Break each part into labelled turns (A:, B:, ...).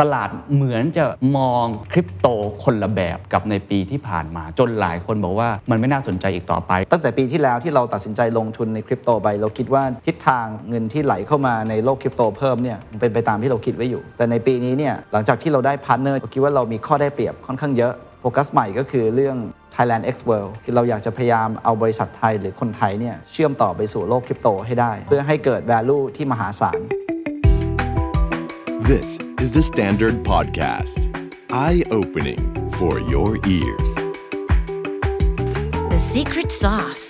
A: ตลาดเหมือนจะมองคริปโตคนละแบบกับในปีที่ผ่านมา จนหลายคนบอกว่ามันไม่น่าสนใจอีกต่อไป
B: ตั้งแต่ปีที่แล้วที่เราตัดสินใจลงทุนในคริปโตไปเราคิดว่าทิศทางเงินที่ไหลเข้ามาในโลกคริปโตเพิ่มเนี่ยมันเป็นไปตามที่เราคิดไว้อยู่ แต่ในปีนี้เนี่ยหลังจากที่เราได้พาร์ทเนอร์เราคิดว่าเรามีข้อได้เปรียบค่อนข้างเยอะโฟกัสใหม่ก็คือเรื่อง Thailand X World คือเราอยากจะพยายามเอาบริษัทไทยหรือคนไทยเนี่ยเชื่อมต่อไปสู่โลกคริปโตให้ได้ เพื่อให้เกิด value ที่มหาศาล
C: This is the Standard Podcast. Eye opening for your ears.
D: The secret sauce.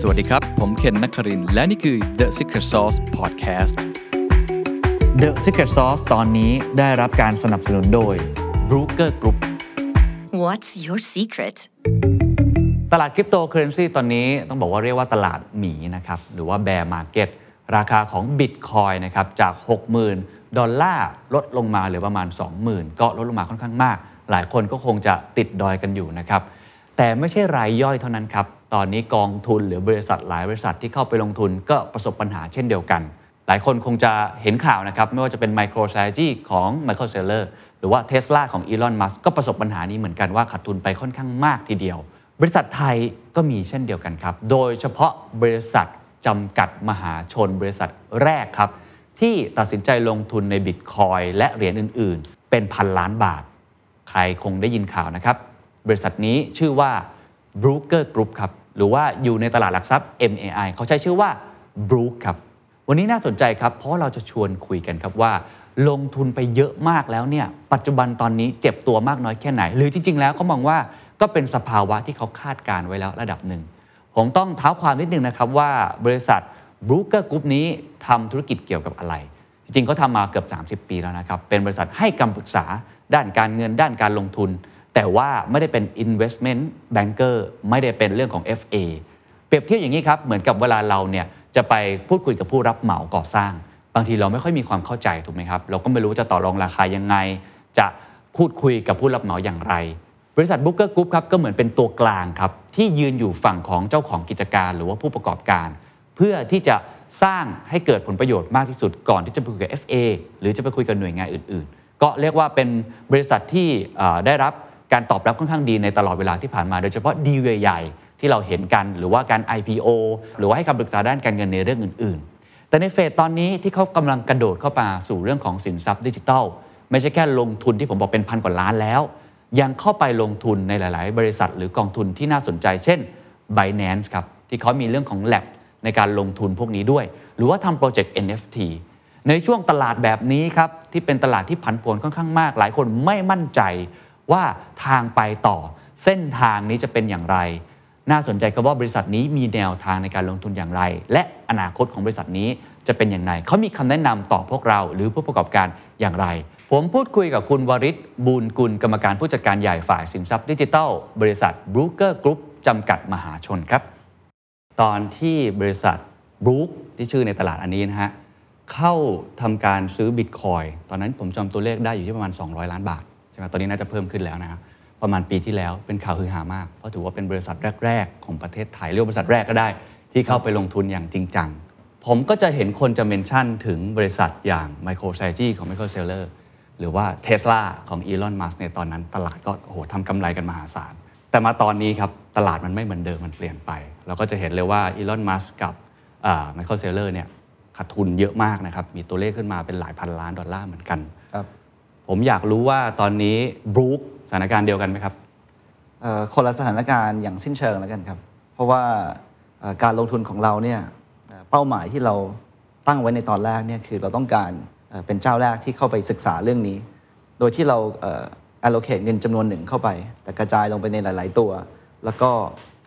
E: สวัสดีครับ ผมเคนนักครินทร์และนี่คือ The Secret Sauce Podcast
F: The Secret Sauce ตอนนี้ได้รับการสนับสนุนโดย
A: b r o k e r Group
D: What's your secret?
A: ตลาดคริปโตเคอเรนซีตอนนี้ต้องบอกว่าเรียกว่าตลาดหมีนะครับ หรือว่าแบร์มาร์เก็ตราคาของบิตคอยนะครับจาก 60,000 ดอลลาร์ลดลงมาเหลือประมาณ 20,000 ก็ลดลงมาค่อนข้างมาก หลายคนก็คงจะติดดอยกันอยู่นะครับ แต่ไม่ใช่รายย่อยเท่านั้นครับ ตอนนี้กองทุนหรือบริษัทหลายบริษัทที่เข้าไปลงทุนก็ประสบปัญหาเช่นเดียวกัน หลายคนคงจะเห็นข่าวนะครับ ไม่ว่าจะเป็น Micro Strategy ของ Michael Saylor หรือว่า Tesla ของ Elon Musk ก็ประสบปัญหานี้เหมือนกันว่าขาดทุนไปค่อนข้างมากทีเดียว บริษัทไทยก็มีเช่นเดียวกันครับ โดยเฉพาะบริษัทจำกัดมหาชนบริษัทแรกครับ ที่ตัดสินใจลงทุนในบิตคอยและเหรียญอื่น ๆ เป็นพันล้านบาท ใครคงได้ยินข่าวนะครับ บริษัทนี้ชื่อว่า b r o k e r Group ครับ หรือว่าอยู่ในตลาดหลักทรัพย์ MAI เขาใช้ชื่อว่า b r o o k ครับ วันนี้น่าสนใจครับ เพราะเราจะชวนคุยกันครับว่า ลงทุนไปเยอะมากแล้วเนี่ย ปัจจุบันตอนนี้เจ็บตัวมากน้อยแค่ไหน หรือจริง ๆ แล้วเขามองว่าก็เป็นสภาวะที่เขาคาดการณ์ไว้แล้วระดับหนึ่ง ผมต้องเท้าความนิดนึงนะครับว่าบริษัท b r o k e r Group นี้ทำธุรกิจเกี่ยวกับอะไร จริงๆเขาทำมาเกือบ 30 ปีแล้วนะครับ เป็นบริษัทให้คำปรึกษาด้านการเงินด้านการลงทุน แต่ว่าไม่ได้เป็น investment banker ไม่ได้เป็นเรื่องของ FA เปรียบเทียบอย่างนี้ครับ เหมือนกับเวลาเราเนี่ยจะไปพูดคุยกับผู้รับเหมาก่อสร้าง บางทีเราไม่ค่อยมีความเข้าใจถูกไหมครับ เราก็ไม่รู้ว่าจะต่อรองราคายังไง จะพูดคุยกับผู้รับเหมาอย่างไร บริษัทบุ๊กเกอร์กรุ๊ปครับก็เหมือนเป็นตัวกลางครับ ที่ยืนอยู่ฝั่งของเจ้าของกิจการหรือว่าผู้ประกอบการ เพื่อที่จะสร้างให้เกิดผลประโยชน์มากที่สุดก่อนที่จะไปคุยกับ FA หรือจะไปคุยกับหน่วยงานอื่น ๆ ก็เรียกว่าเป็นบริษัทที่เอ่อได้รับการตอบรับค่อนข้างดีในตลอดเวลาที่ผ่านมา โดยเฉพาะดีลใหญ่ๆที่เราเห็นกันหรือว่าการ IPO หรือว่าให้คำปรึกษาด้านการเงินในเรื่องอื่น ๆ แต่ในเฟสตอนนี้ที่เขากำลังกระโดดเข้ามาสู่เรื่องของสินทรัพย์ดิจิทัล ไม่ใช่แค่ลงทุนที่ผมบอกเป็นพันกว่าล้านแล้ว ยังเข้าไปลงทุนในหลาย ๆ บริษัทหรือกองทุนที่น่าสนใจ เช่น Binance ครับ ที่เขามีเรื่องของ Lab ในการลงทุนพวกนี้ด้วย หรือว่าทำโปรเจกต์ NFT ในช่วงตลาดแบบนี้ครับ ที่เป็นตลาดที่ผันผวนค่อนข้างมาก หลายคนไม่มั่นใจว่าทางไปต่อ เส้นทางนี้จะเป็นอย่างไร น่าสนใจครับว่าบริษัทนี้มีแนวทางในการลงทุนอย่างไร และอนาคตของบริษัทนี้จะเป็นอย่างไรเขามีคำแนะนำต่อพวกเราหรือผู้ประกอบการอย่างไร ผมพูดคุยกับคุณวริศบูรกุลกรรมการผู้จัดการใหญ่ฝ่ายสินทรัพย์ดิจิทัล บริษัทบรูเกอร์กรุ๊ปจำกัดมหาชนครับ ตอนที่บริษัทบรูคที่ชื่อในตลาดอันนี้นะฮะ เข้าทำการซื้อบิตคอยตอนนั้นผมจำตัวเลขได้อยู่ที่ประมาณ 200 ล้านบาทใช่ไหมตอนนี้น่าจะเพิ่มขึ้นแล้วนะครับประมาณปีที่แล้วเป็นข่าวฮือฮามาก เพราะถือว่าเป็นบริษัทแรก ๆ ของประเทศไทยเรียกว่าบริษัทแรกก็ได้ ที่เข้าไปลงทุนอย่างจริงจัง ผมก็จะเห็นคนจะเมนชั่นถึงบริษัทอย่าง Micro Strategy ของ Michael Saylor หรือว่า Tesla ของ Elon Musk ในตอนนั้นตลาดก็โอ้โหทำกำไรกันมหาศาล แต่มาตอนนี้ครับ ตลาดมันไม่เหมือนเดิมมันเปลี่ยนไป เราก็จะเห็นเลยว่า Elon Musk กับไมเคิลเซเลอร์เนี่ยขาดทุนเยอะมากนะครับ มีตัวเลขขึ้นมาเป็นหลายพันล้านดอลลาร์เหมือนกัน
B: ครับ
A: ผมอยากรู้ว่าตอนนี้บรูคสถานการณ์เดียวกันไหมครับ
B: เอ่อคนละสถานการณ์อย่างสิ้นเชิงแล้วกันครับ เพราะว่าเอ่อการลงทุนของเราเนี่ยเอ่อเป้าหมายที่เราตั้งไว้ในตอนแรกเนี่ยคือเราต้องการเอ่อเป็นเจ้าแรกที่เข้าไปศึกษาเรื่องนี้ โดยที่เราเอ่อ allocate เงินจำนวนหนึ่งเข้าไป แต่กระจายลงไปในหลาย ๆ ตัว แล้วก็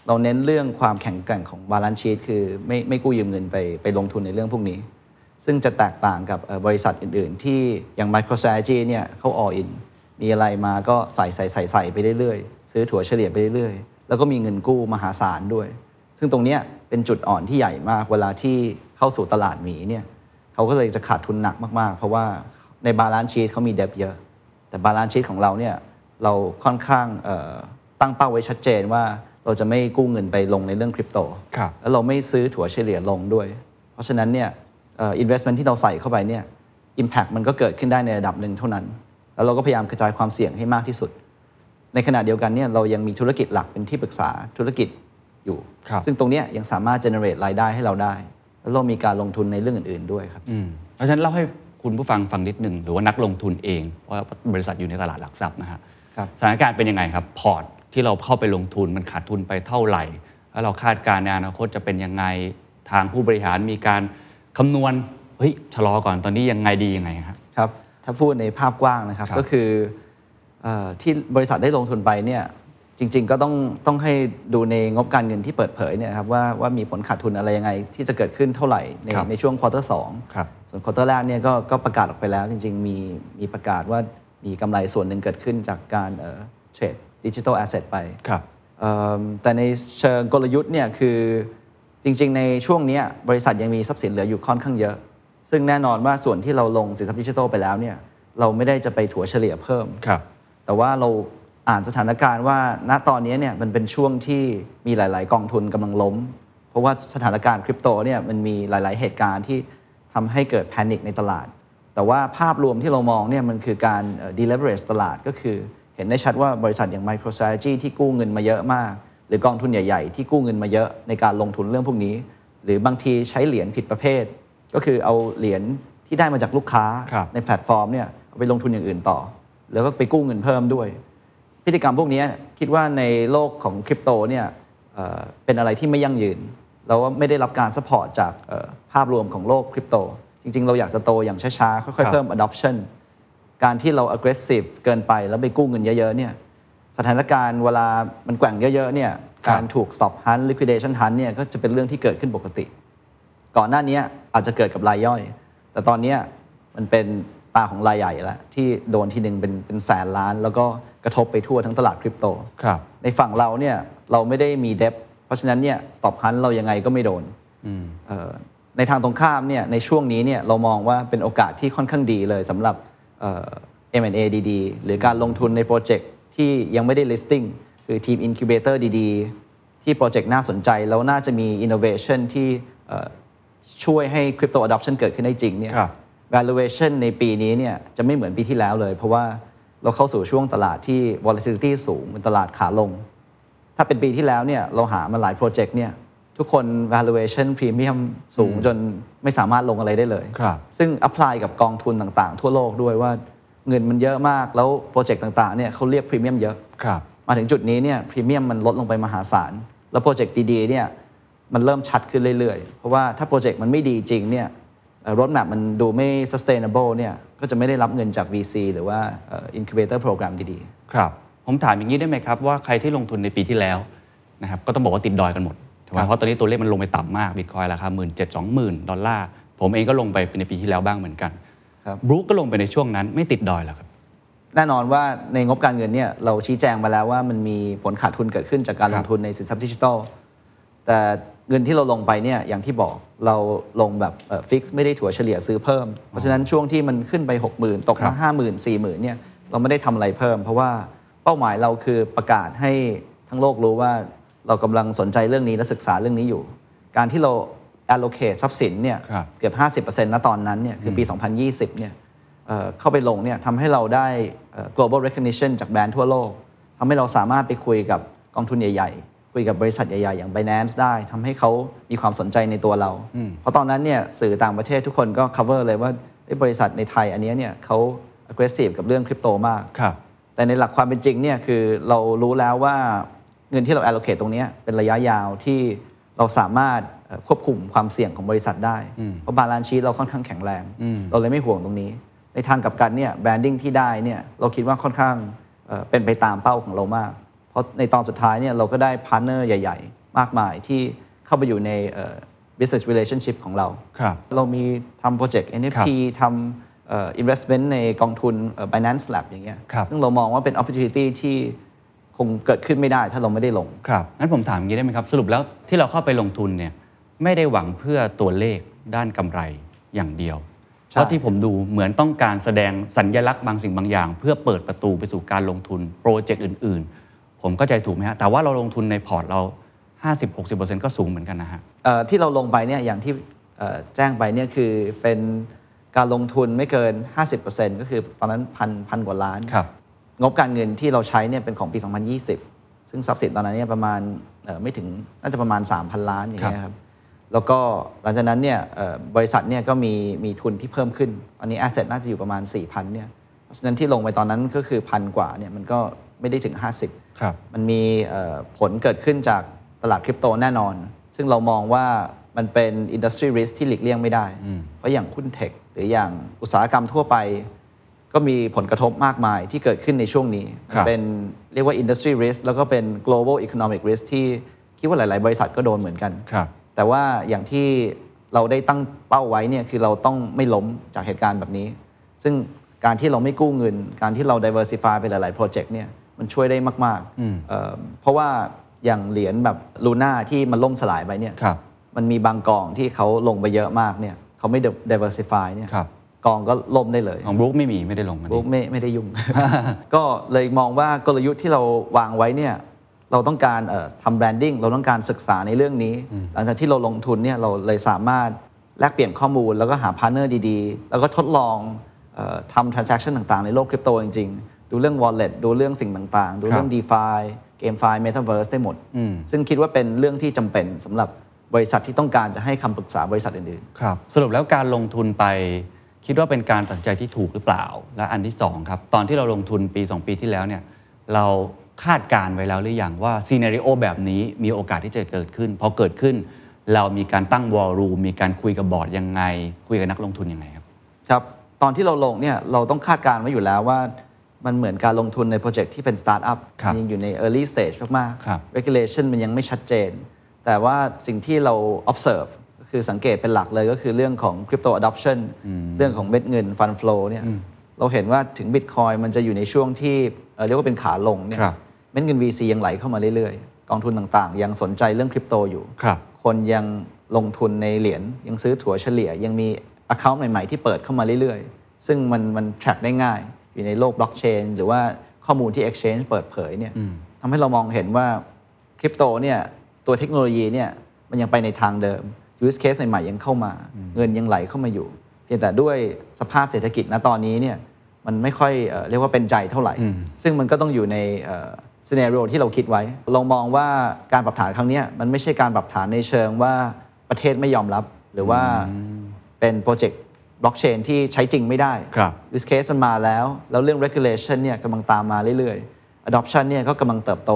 B: เราเน้นเรื่องความแข็งแกร่งของ balance sheet คือไม่ไม่กู้ยืมเงินไปไปลงทุนในเรื่องพวกนี้ ซึ่งจะแตกต่างกับเอ่อบริษัทอื่น ๆ ที่อย่าง MicroStrategy เนี่ยเขา all in มีอะไรมาก็ใส่ใส่ใส่ใส่ไปเรื่อยๆ ซื้อถั่วเฉลี่ยไปเรื่อยๆ แล้วก็มีเงินกู้มหาศาลด้วย ซึ่งตรงเนี้ยเป็นจุดอ่อนที่ใหญ่มากเวลาที่เข้าสู่ตลาดหมีเนี่ยเขาก็เลยจะขาดทุนหนักมากๆ เพราะว่าในบาลานซ์ชีตเขามีเดบเยอะ แต่บาลานซ์ชีตของเราเนี่ยเราค่อนข้างเอ่อตั้งเป้าไว้ชัดเจนว่าเราจะไม่กู้เงินไปลงในเรื่องคริปโต
A: ครับ
B: แล้วเราไม่ซื้อถั่วเฉลี่ยลงด้วย เพราะฉะนั้นเนี่ยเอินเวสเมนที่เราใส่เข้าไปเนี่ย Impact มันก็เกิดขึ้นได้ในระดับหนึ่งเท่านั้น แล้วเราก็พยายามกระจายความเสี่ยงให้มากที่สุด ในขณะเดียวกันเนี่ยเรายังมีธุรกิจหลักเป็นที่ปรึกษาธุรกิจอยู่
A: ครับ
B: ซึ่งตรงเนี้ยยังสามารถ generate รายได้ให้เราได้ แล้วเรามีการลงทุนในเรื่องอื่น ๆ ด้วยครับ
A: อืมเพราะฉะนั้นเล่าให้คุณผู้ฟังฟังนิดหนึ่งหรือว่านักลงทุนเองว่าบริษัทอยู่ในตลาดหลักทรัพย์นะฮะ
B: ครับ
A: สถานการณ์เป็นยังไงครับ พอร์ตที่เราเข้าไปลงทุนมันขาดทุนไปเท่าไหร่ แล้วเราคาดการณ์ในอนาคตจะเป็นยังไงทางผู้บริหารมีการคำนวณเฮ้ยชะลอก่อนตอนนี้ยังไงดียังไงครับ
B: ครับ ถ้าพูดในภาพกว้างนะครับ
A: ครับ
B: ก็คือเออที่บริษัทได้ลงทุนไปเนี่ยจริง ๆ ก็ต้องต้องให้ดูในงบการเงินที่เปิดเผยเนี่ยครับว่าว่ามีผลขาดทุนอะไรยังไง ที่จะเกิดขึ้นเท่าไหร่ใน
A: ครับ
B: ในช่วงควอเตอร์สอง
A: ครับ
B: ส่วนควอเตอร์แรกเนี่ยก็ก็ประกาศออกไปแล้ว จริง ๆ มีมีประกาศว่ามีกำไรส่วนหนึ่งเกิดขึ้นจากการเอ่อเทรดดิจิทัลแอสเซทไป
A: ครับ
B: เอิ่มแต่ในเชิงกลยุทธ์เนี่ยคือจริงๆ ในช่วงเนี้ยบริษัทยังมีทรัพย์สินเหลืออยู่ค่อนข้างเยอะ ซึ่งแน่นอนว่าส่วนที่เราลงสินทรัพย์ดิจิทัลไปแล้วเนี่ยเราไม่ได้จะไปถัวเฉลี่ยเพิ่ม
A: ครับ
B: แต่ว่าเราอ่านสถานการณ์ว่าณตอนนี้เนี่ยมันเป็นช่วงที่มีหลาย ๆ กองทุนกำลังล้ม เพราะว่าสถานการณ์คริปโตเนี่ยมันมีหลาย ๆ เหตุการณ์ที่ทำให้เกิดแพนิคในตลาด แต่ว่าภาพรวมที่เรามองเนี่ยมันคือการเอ่อ deleverage ตลาดก็คือเห็นได้ชัดว่าบริษัทอย่าง MicroStrategy ที่กู้เงินมาเยอะมาก หรือกองทุนใหญ่ ๆ ที่กู้เงินมาเยอะในการลงทุนเรื่องพวกนี้ หรือบางทีใช้เหรียญผิดประเภท ก็คือเอาเหรียญที่ได้มาจากลูกค้า
A: ครับ
B: ในแพลตฟอร์มเนี่ยเอาไปลงทุนอย่างอื่นต่อ แล้วก็ไปกู้เงินเพิ่มด้วย พฤติกรรมพวกนี้คิดว่าในโลกของคริปโตเนี่ยเอ่อเป็นอะไรที่ไม่ยั่งยืน เราว่าไม่ได้รับการสปอร์ตจากเอ่อภาพรวมของโลกคริปโต จริง ๆ เราอยากจะโตอย่างช้าๆ
A: ครั
B: ค่อย
A: บ
B: ๆ เพิ่ม adoption การที่เรา aggressive เกินไปแล้วไปกู้เงินเยอะๆเนี่ยสถานการณ์เวลามันแกว่งเยอะๆเนี่ยการถูก stop hunt liquidation hunt เนี่ยก็จะเป็นเรื่องที่เกิดขึ้นปกติ ก่อนหน้านี้อาจจะเกิดกับรายย่อย แต่ตอนเนี้ยมันเป็นตาของรายใหญ่แล้ว ที่โดนทีหนึ่งเป็นเป็นแสนล้าน แล้วก็กระทบไปทั่วทั้งตลาดคริปโต
A: ครับ
B: ในฝั่งเราเนี่ยเราไม่ได้มีเดบเพราะฉะนั้นเนี่ยสต็อปฮันเรายังไงก็ไม่โดนเอ่อในทางตรงข้ามเนี่ยในช่วงนี้เนี่ยเรามองว่าเป็นโอกาสที่ค่อนข้างดีเลยสำหรับเอ่อ M&A ดีๆ หรือการลงทุนในโปรเจกต์ที่ยังไม่ได้ listing คือทีม incubator ดีๆ ที่โปรเจกต์น่าสนใจ แล้วน่าจะมี innovation ที่เอ่อช่วยให้ crypto adoption เกิดขึ้นได้จริงเนี่ย
A: ครับ
B: valuation ในปีนี้เนี่ยจะไม่เหมือนปีที่แล้วเลย เพราะว่าเราเข้าสู่ช่วงตลาดที่ volatility สูงเป็นตลาดขาลง ถ้าเป็นปีที่แล้วเนี่ยเราหามาหลายโปรเจกต์เนี่ยทุกคน valuation premium สูงจนไม่สามารถลงอะไรได้เลย
A: ครับ
B: ซึ่ง apply กับกองทุนต่างๆ ทั่วโลกด้วยว่าเงินมันเยอะมากแล้วโปรเจกต์ต่างๆเนี่ยเขาเรียกพรีเมียมเยอะ
A: ครับ
B: มาถึงจุดนี้เนี่ยพรีเมียมมันลดลงไปมหาศาล แล้วโปรเจกต์ดีๆเนี่ยมันเริ่มชัดขึ้นเรื่อยๆ เพราะว่าถ้าโปรเจกต์มันไม่ดีจริงเนี่ยรถแมพมันดูไม่ sustainable เนี่ยก็จะไม่ได้รับเงินจาก VC หรือว่าเอ่อ incubator program ดีๆ
A: ครับ ผมถามอย่างนี้ได้ไหมครับ ว่าใครที่ลงทุนในปีที่แล้วนะครับก็ต้องบอกว่าติดดอยกันหมดถูกไหม
B: ครับ
A: เพราะตอนนี้ตัวเลขมันลงไปต่ำมากบิตคอยราคาหมื่นเจ็ดสองหมื่นดอลลาร์ ผมเองก็ลงไปในปีที่แล้วบ้างเหมือนกันบรู๊คก็ลงไปในช่วงนั้นไม่ติดดอยหรอกครับ
B: แน่นอนว่าในงบการเงินเนี่ยเราชี้แจงมาแล้วว่ามันมีผลขาดทุนเกิดขึ้นจากการ
A: ค
B: ล
A: รับ
B: งทุนในสินทรัพย์ดิจิทัล แต่เงินที่เราลงไปเนี่ยอย่างที่บอกเราลงแบบฟิกซ์ไม่ได้ถั่วเฉลี่ยซื้อเพิ่ม เพราะฉะนั้นช่วงที่มันขึ้นไป 60,000 ตก
A: ครั
B: มา
A: บ
B: ห้าหมื่นสี่หมื่นเนี่ยเราไม่ได้ทำอะไรเพิ่ม เพราะว่าเป้าหมายเราคือประกาศให้ทั้งโลกรู้ว่าเรากำลังสนใจเรื่องนี้และศึกษาเรื่องนี้อยู่ การที่เรา allocate ทรัพย์สินเนี่ย
A: ครับ
B: เกือบ 50%ณตอนนั้นเนี่ยคือปี 2020 เนี่ยเอ่อเข้าไปลงเนี่ยทำให้เราได้เอ่อ global recognition จากแบรนด์ทั่วโลกทำให้เราสามารถไปคุยกับกองทุนใหญ่ ๆ คุยกับบริษัทใหญ่ ๆ อย่าง Binance ได้ทำให้เขามีความสนใจในตัวเรา เพราะตอนนั้นเนี่ยสื่อต่างประเทศทุกคนก็ cover เลยว่าเอ้ยบริษัทในไทยอันเนี้ยเนี่ยเขา aggressive กับเรื่องคริปโตมาก
A: ครับ
B: แต่ในหลักความเป็นจริงเนี่ยคือเรารู้แล้วว่าเงินที่เรา allocate ตรงเนี้ยเป็นระยะยาวที่เราสามารถเอ่อควบคุมความเสี่ยงของบริษัทได้ เพราะบาลานซ์ชีเราค่อนข้างแข็งแรง เราเลยไม่ห่วงตรงนี้ ในทางกลับกันเนี่ยแบรนดิ้งที่ได้เนี่ยเราคิดว่าค่อนข้างเอ่อเป็นไปตามเป้าของเรามาก เพราะในตอนสุดท้ายเนี่ยเราก็ได้พาร์ทเนอร์ใหญ่ ๆ มากมายที่เข้าไปอยู่ในเอ่อ business relationship ของเรา
A: ครับ
B: เรามีทำโปรเจกต์ NFT ทำเอ่อ investment ในกองทุนเอ่อ Binance Lab อย่างเงี้ย
A: ครับ
B: ซึ่งเรามองว่าเป็น opportunity ที่คงเกิดขึ้นไม่ได้ถ้าเราไม่ได้ลง
A: ครับงั้นผมถามอย่างนี้ได้ไหมครับ สรุปแล้วที่เราเข้าไปลงทุนเนี่ยไม่ได้หวังเพื่อตัวเลขด้านกำไรอย่างเดียว เพราะที่ผมดูเหมือนต้องการแสดงสัญญลักษณ์บางสิ่งบางอย่าง เพื่อเปิดประตูไปสู่การลงทุนโปรเจกต์อื่น ๆ ผมเข้าใจถูกไหมฮะ แต่ว่าเราลงทุนในพอร์ตเรา 50-60%ก็สูงเหมือนกันนะฮะ
B: เอ่อที่เราลงไปเนี่ยอย่างที่เอ่อแจ้งไปเนี่ยคือเป็น การลงทุนไม่เกิน 50%ก็คือตอนนั้นพันพันกว่าล้าน
A: ครับ
B: งบการเงินที่เราใช้เนี่ยเป็นของปี 2020 ซึ่งทรัพย์สินตอนนั้นเนี่ยประมาณเอ่อไม่ถึงน่าจะประมาณ 3,000 ล้านอย่างเงี้ยครับแล้วก็หลังจากนั้นเนี่ยเอ่อบริษัทเนี่ยก็มีมีทุนที่เพิ่มขึ้นตอนนี้ asset น่าจะอยู่ประมาณ 4,000เนี่ยเพราะฉะนั้นที่ลงไปตอนนั้นก็คือพันกว่าเนี่ยมันก็ไม่ได้ถึง 50
A: ครับ
B: มันมีเอ่อผลเกิดขึ้นจากตลาดคริปโตแน่นอน ซึ่งเรามองว่ามันเป็นอินดัสทรีริสที่หลีกเลี่ยงไม่ได้ เพราะอย่างหุ้นเทคหรืออย่างอุตสาหกรรมทั่วไป ก็มีผลกระทบมากมายที่เกิดขึ้นในช่วงนี้
A: ครับ
B: เป็นเรียกว่า industry risk แล้วก็เป็น global economic risk ที่คิดว่าหลาย ๆ บริษัทก็โดนเหมือนกัน
A: ครับ
B: แต่ว่าอย่างที่เราได้ตั้งเป้าไว้เนี่ยคือเราต้องไม่ล้มจากเหตุการณ์แบบนี้ ซึ่งการที่เราไม่กู้เงิน การที่เรา diversify ไปหลาย ๆ โปรเจกต์เนี่ยมันช่วยได้มากๆเอ่อเพราะว่าอย่างเหรียญแบบลูน่าที่มันล่มสลายไปเนี่ย
A: ครับ
B: มันมีบางกองที่เขาลงไปเยอะมากเนี่ยเขาไม่ diversify เนี่ย
A: ครับ
B: กองก็ล่มได้เลย
A: ของบรู๊คไม่มีไม่ได้ลงมัน
B: บุ๊กไม่ไม่ได้ ยุ่ง ก็เลยมองว่ากลยุทธ์ที่เราวางไว้เนี่ยเราต้องการเอ่อทำแบรนดิ้งเราต้องการศึกษาในเรื่องนี้ หลังจากที่เราลงทุนเนี่ยเราเลยสามารถแลกเปลี่ยนข้อมูล แล้วก็หาพาร์ทเนอร์ดีๆ แล้วก็ทดลองเออทำ transaction ต่างๆ ในโลกคริปโตจริงๆ ดูเรื่อง wallet ดูเรื่องสิ่งต่างๆ ดูเรื่อง DeFi GameFi Metaverse ได้หมด ซึ่งคิดว่าเป็นเรื่องที่จำเป็นสำหรับบริษัทที่ต้องการจะให้คำปรึกษาบริษัทอื่นๆ
A: ครับ สรุปแล้วการลงทุนไปคิดว่าเป็นการตัดสินใจที่ถูกหรือเปล่า และอันที่สองครับ ตอนที่เราลงทุนปี 2 ปีที่แล้วเนี่ยเราคาดการณ์ไว้แล้วหรือยังว่าซีเนริโอแบบนี้มีโอกาสที่จะเกิดขึ้นพอเกิดขึ้น เรามีการตั้งวอลรูมมีการคุยกับบอร์ดยังไง คุยกับนักลงทุนยังไงครับ
B: ครับตอนที่เราลงเนี่ยเราต้องคาดการณ์ไว้อยู่แล้วว่า มันเหมือนการลงทุนในโปรเจกต์ที่เป็นสตาร์ทอัพ
A: ครับ
B: มันยังอยู่ใน early stage มาก
A: ครับ
B: regulation มันยังไม่ชัดเจน แต่ว่าสิ่งที่เรา observe ก็คือสังเกตเป็นหลักเลยก็คือเรื่องของ crypto adoption เรื่องของเม็ดเงิน fund flow เนี่ยเราเห็นว่าถึง bitcoin มันจะอยู่ในช่วงที่เอ่อเรียกว่าเป็นขาลงเนี่ย
A: ครับ
B: เม็ดเงิน VC ยังไหลเข้ามาเรื่อยๆ กองทุนต่างๆ ยังสนใจเรื่องคริปโตอยู่
A: ครับ
B: คนยังลงทุนในเหรียญยังซื้อถั่วเฉลี่ย ยังมี Account ใหม่ ๆ ที่เปิดเข้ามาเรื่อย ๆ ซึ่งมันมัน track ได้ง่าย อยู่ในโลกบล็อกเชนหรือว่าข้อมูลที่ Exchange เปิดเผยเนี่ยทำให้เรามองเห็นว่าคริปโตเนี่ยตัวเทคโนโลยีเนี่ยมันยังไปในทางเดิม use case ใหม่ ๆ ยังเข้ามา เงินยังไหลเข้ามาอยู่ เพียงแต่ด้วยสภาพเศรษฐกิจณตอนนี้เนี่ยมันไม่ค่อยเอ่อเรียกว่าเป็นใจเท่าไหร่ ซึ่งมันก็ต้องอยู่ในเอ่อ ซีเนเรียที่เราคิดไว้ เรามองว่าการปรับฐานครั้งเนี้ยมันไม่ใช่การปรับฐานในเชิงว่าประเทศไม่ยอมรับ หรือว่าเป็นโปรเจกต์บล็อกเชนที่ใช้จริงไม่ได้
A: ครับ
B: use case มันมาแล้ว แล้วเรื่อง regulation เนี่ยกำลังตามมาเรื่อยๆ adoption เนี่ยก็กำลังเติบโต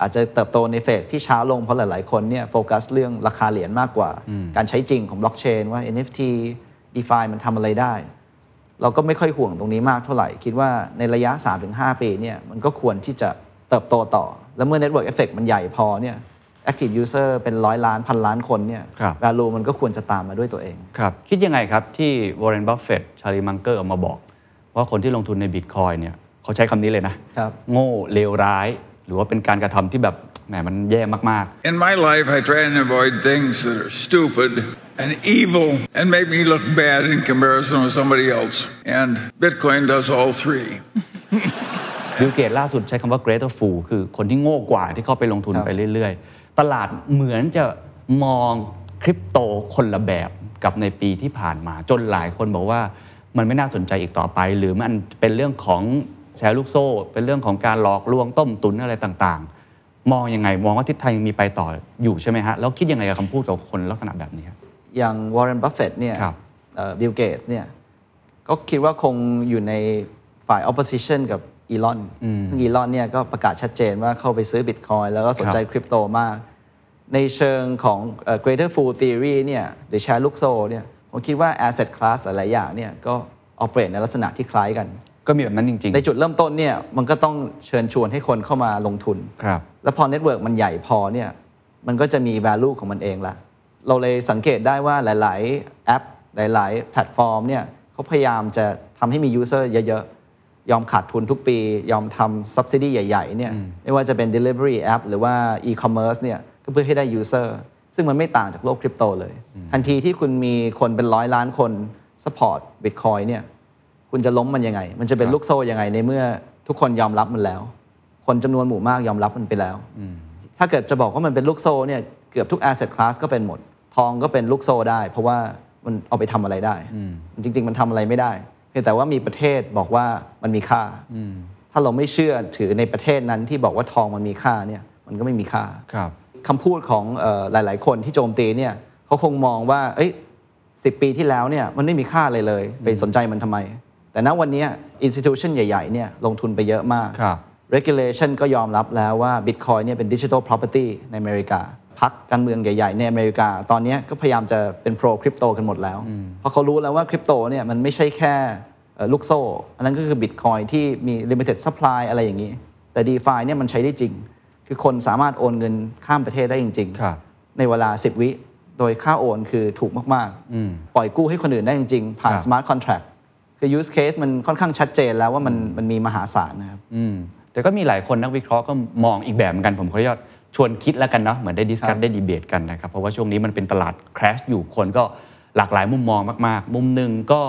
B: อาจจะเติบโตในเฟสที่ช้าลงเพราะหลายๆ คนเนี่ยโฟกัสเรื่องราคาเหรียญมากกว่า การใช้จริงของบล็อกเชนว่า NFT DeFi มันทำอะไรได้ เราก็ไม่ค่อยห่วงตรงนี้มากเท่าไหร่ คิดว่าในระยะ 3-5 ปีเนี่ยมันก็ควรที่จะเติบโตต่อ แล้วเมื่อ Network Effect มันใหญ่พอเนี่ย Active User เป็นร้อยล้านพันล้านคนเนี่ย
A: ครับ
B: value มันก็ควรจะตามมาด้วยตัวเอง
A: ครับคิดยังไงครับที่วอร์เรนบัฟเฟตชาลีมังเกอร์ออกมาบอก ว่าคนที่ลงทุนในบิตคอยเนี่ยเขาใช้คำนี้เลยนะ
B: ครับ
A: โง่เลวร้าย หรือว่าเป็นการกระทำที่แบบแหมมันแย่มาก
G: In my life, I try and avoid things that are stupid and evil and make me look bad in comparison with somebody else. And Bitcoin does all three.
A: ๆบิลเกตล่าสุดใช้คำว่า greater fool คือคนที่โง่กว่าที่เข้าไปลงทุน
B: ครับ
A: ไปเรื่อย ๆ ตลาดเหมือนจะมองคริปโตคนละแบบกับในปีที่ผ่านมา จนหลายคนบอกว่ามันไม่น่าสนใจอีกต่อไป หรือมันเป็นเรื่องของแชร์ลูกโซ่ เป็นเรื่องของการหลอกลวงต้มตุนอะไรต่าง ๆ มองยังไง มองว่าทิศทางยังมีไปต่ออยู่ใช่ไหมฮะ แล้วคิดยังไงกับคำพูดกับคนลักษณะแบบนี้ครับ
B: อย่างวอร์เรนบัฟเฟตเนี่ย
A: ครับ
B: บิลเกตเนี่ยก็คิดว่าคงอยู่ในฝ่าย opposition กับอีลอนซึ่งอีลอนเนี่ยก็ประกาศชัดเจนว่าเข้าไปซื้อบิตคอยแล้วก็สนใจ
A: ครับ
B: คริปโตมาก ในเชิงของเอ่อ greater fool theory เนี่ยหรือแชร์ลูกโซ่เนี่ยผมคิดว่า asset class หลาย ๆ อย่างเนี่ยก็ operate ในลักษณะที่คล้ายกัน
A: ก็มีแบบนั้นจริง
B: ในจุดเริ่มต้นเนี่ยมันก็ต้องเชิญชวนให้คนเข้ามาลงทุน
A: ครับ
B: แล้วพอเน็ตเวิร์กมันใหญ่พอเนี่ยมันก็จะมี value ของมันเองละ เราเลยสังเกตได้ว่าหลาย ๆ แอป หลาย ๆ แพลตฟอร์มเนี่ยเขาพยายามจะทำให้มี user เยอะ ๆ ยอมขาดทุนทุกปี ยอมทำ subsidy ใหญ่ ๆ เนี่ยไม่ว่าจะเป็น delivery app หรือว่า e-commerce เนี่ยก็เพื่อให้ได้ user ซึ่งมันไม่ต่างจากโลกคริปโตเลย ทันทีที่คุณมีคนเป็นร้อยล้านคน support bitcoin เนี่ย คุณจะล้มมันยังไง มันจะเป็นลูกโซ่ยังไงในเมื่อทุกคนยอมรับมันแล้ว คนจำนวนหมู่มากยอมรับมันไปแล้ว ถ้าเกิดจะบอกว่ามันเป็นลูกโซ่เนี่ยเกือบทุก asset class ก็เป็นหมด ทองก็เป็นลูกโซ่ได้ เพราะว่า มันเอาไปทำอะไรได้จริง ๆ มันทำอะไรไม่ได้ เพียงแต่ว่ามีประเทศบอกว่ามันมีค่าถ้าเราไม่เชื่อถือในประเทศนั้นที่บอกว่าทองมันมีค่าเนี่ยมันก็ไม่มีค่า
A: ครับ
B: คำพูดของเอ่อหลาย ๆ คนที่โจมตีเนี่ยเขาคงมองว่าเอ้ยสิปีที่แล้วเนี่ยมันไม่มีค่าเลยเลยไปสนใจมันทำไม แต่ณวันเนี้ institution ใหญ่ ๆ เนี่ยลงทุนไปเยอะมาก
A: ครับ
B: regulation ก็ยอมรับแล้วว่า Bitcoin เนี่ยเป็น digital property ในอเมริกาพักการเมืองใหญ่ ๆ ในอเมริกา ตอนเนี้ยก็พยายามจะเป็น pro crypto กันหมดแล้ว เพราะเขารู้แล้วว่าคริปโตเนี่ยมันไม่ใช่แค่เอ่อลูกโซ่ อันนั้นก็คือ Bitcoin ที่มี limited supply อะไรอย่างนี้ แต่ DeFi เนี่ยมันใช้ได้จริง คือคนสามารถโอนเงินข้ามประเทศได้จริง
A: ครับ
B: ๆ ในเวลา 10 วิ โดยค่าโอนคือถูกมาก ๆ ปล่อยกู้ให้คนอื่นได้จริง ๆ ผ่าน
A: ครับ
B: smart contract คือ use case มันค่อนข้างชัดเจนแล้วว่ามันมันมีมหาศาลนะครับ
A: อืมแต่ก็มีหลายคนนักวิเคราะห์ก็มองอีกแบบเหมือนกัน ผมขออนุญาตชวนคิดแล้วกันเนาะเหมือนได้ดิสคั
B: ครั
A: ส
B: บ
A: ได้ดีเบตกันนะครับ เพราะว่าช่วงนี้มันเป็นตลาด crash อยู่คนก็หลากหลายมุมมองมาก ๆ มุมหนึ่งก็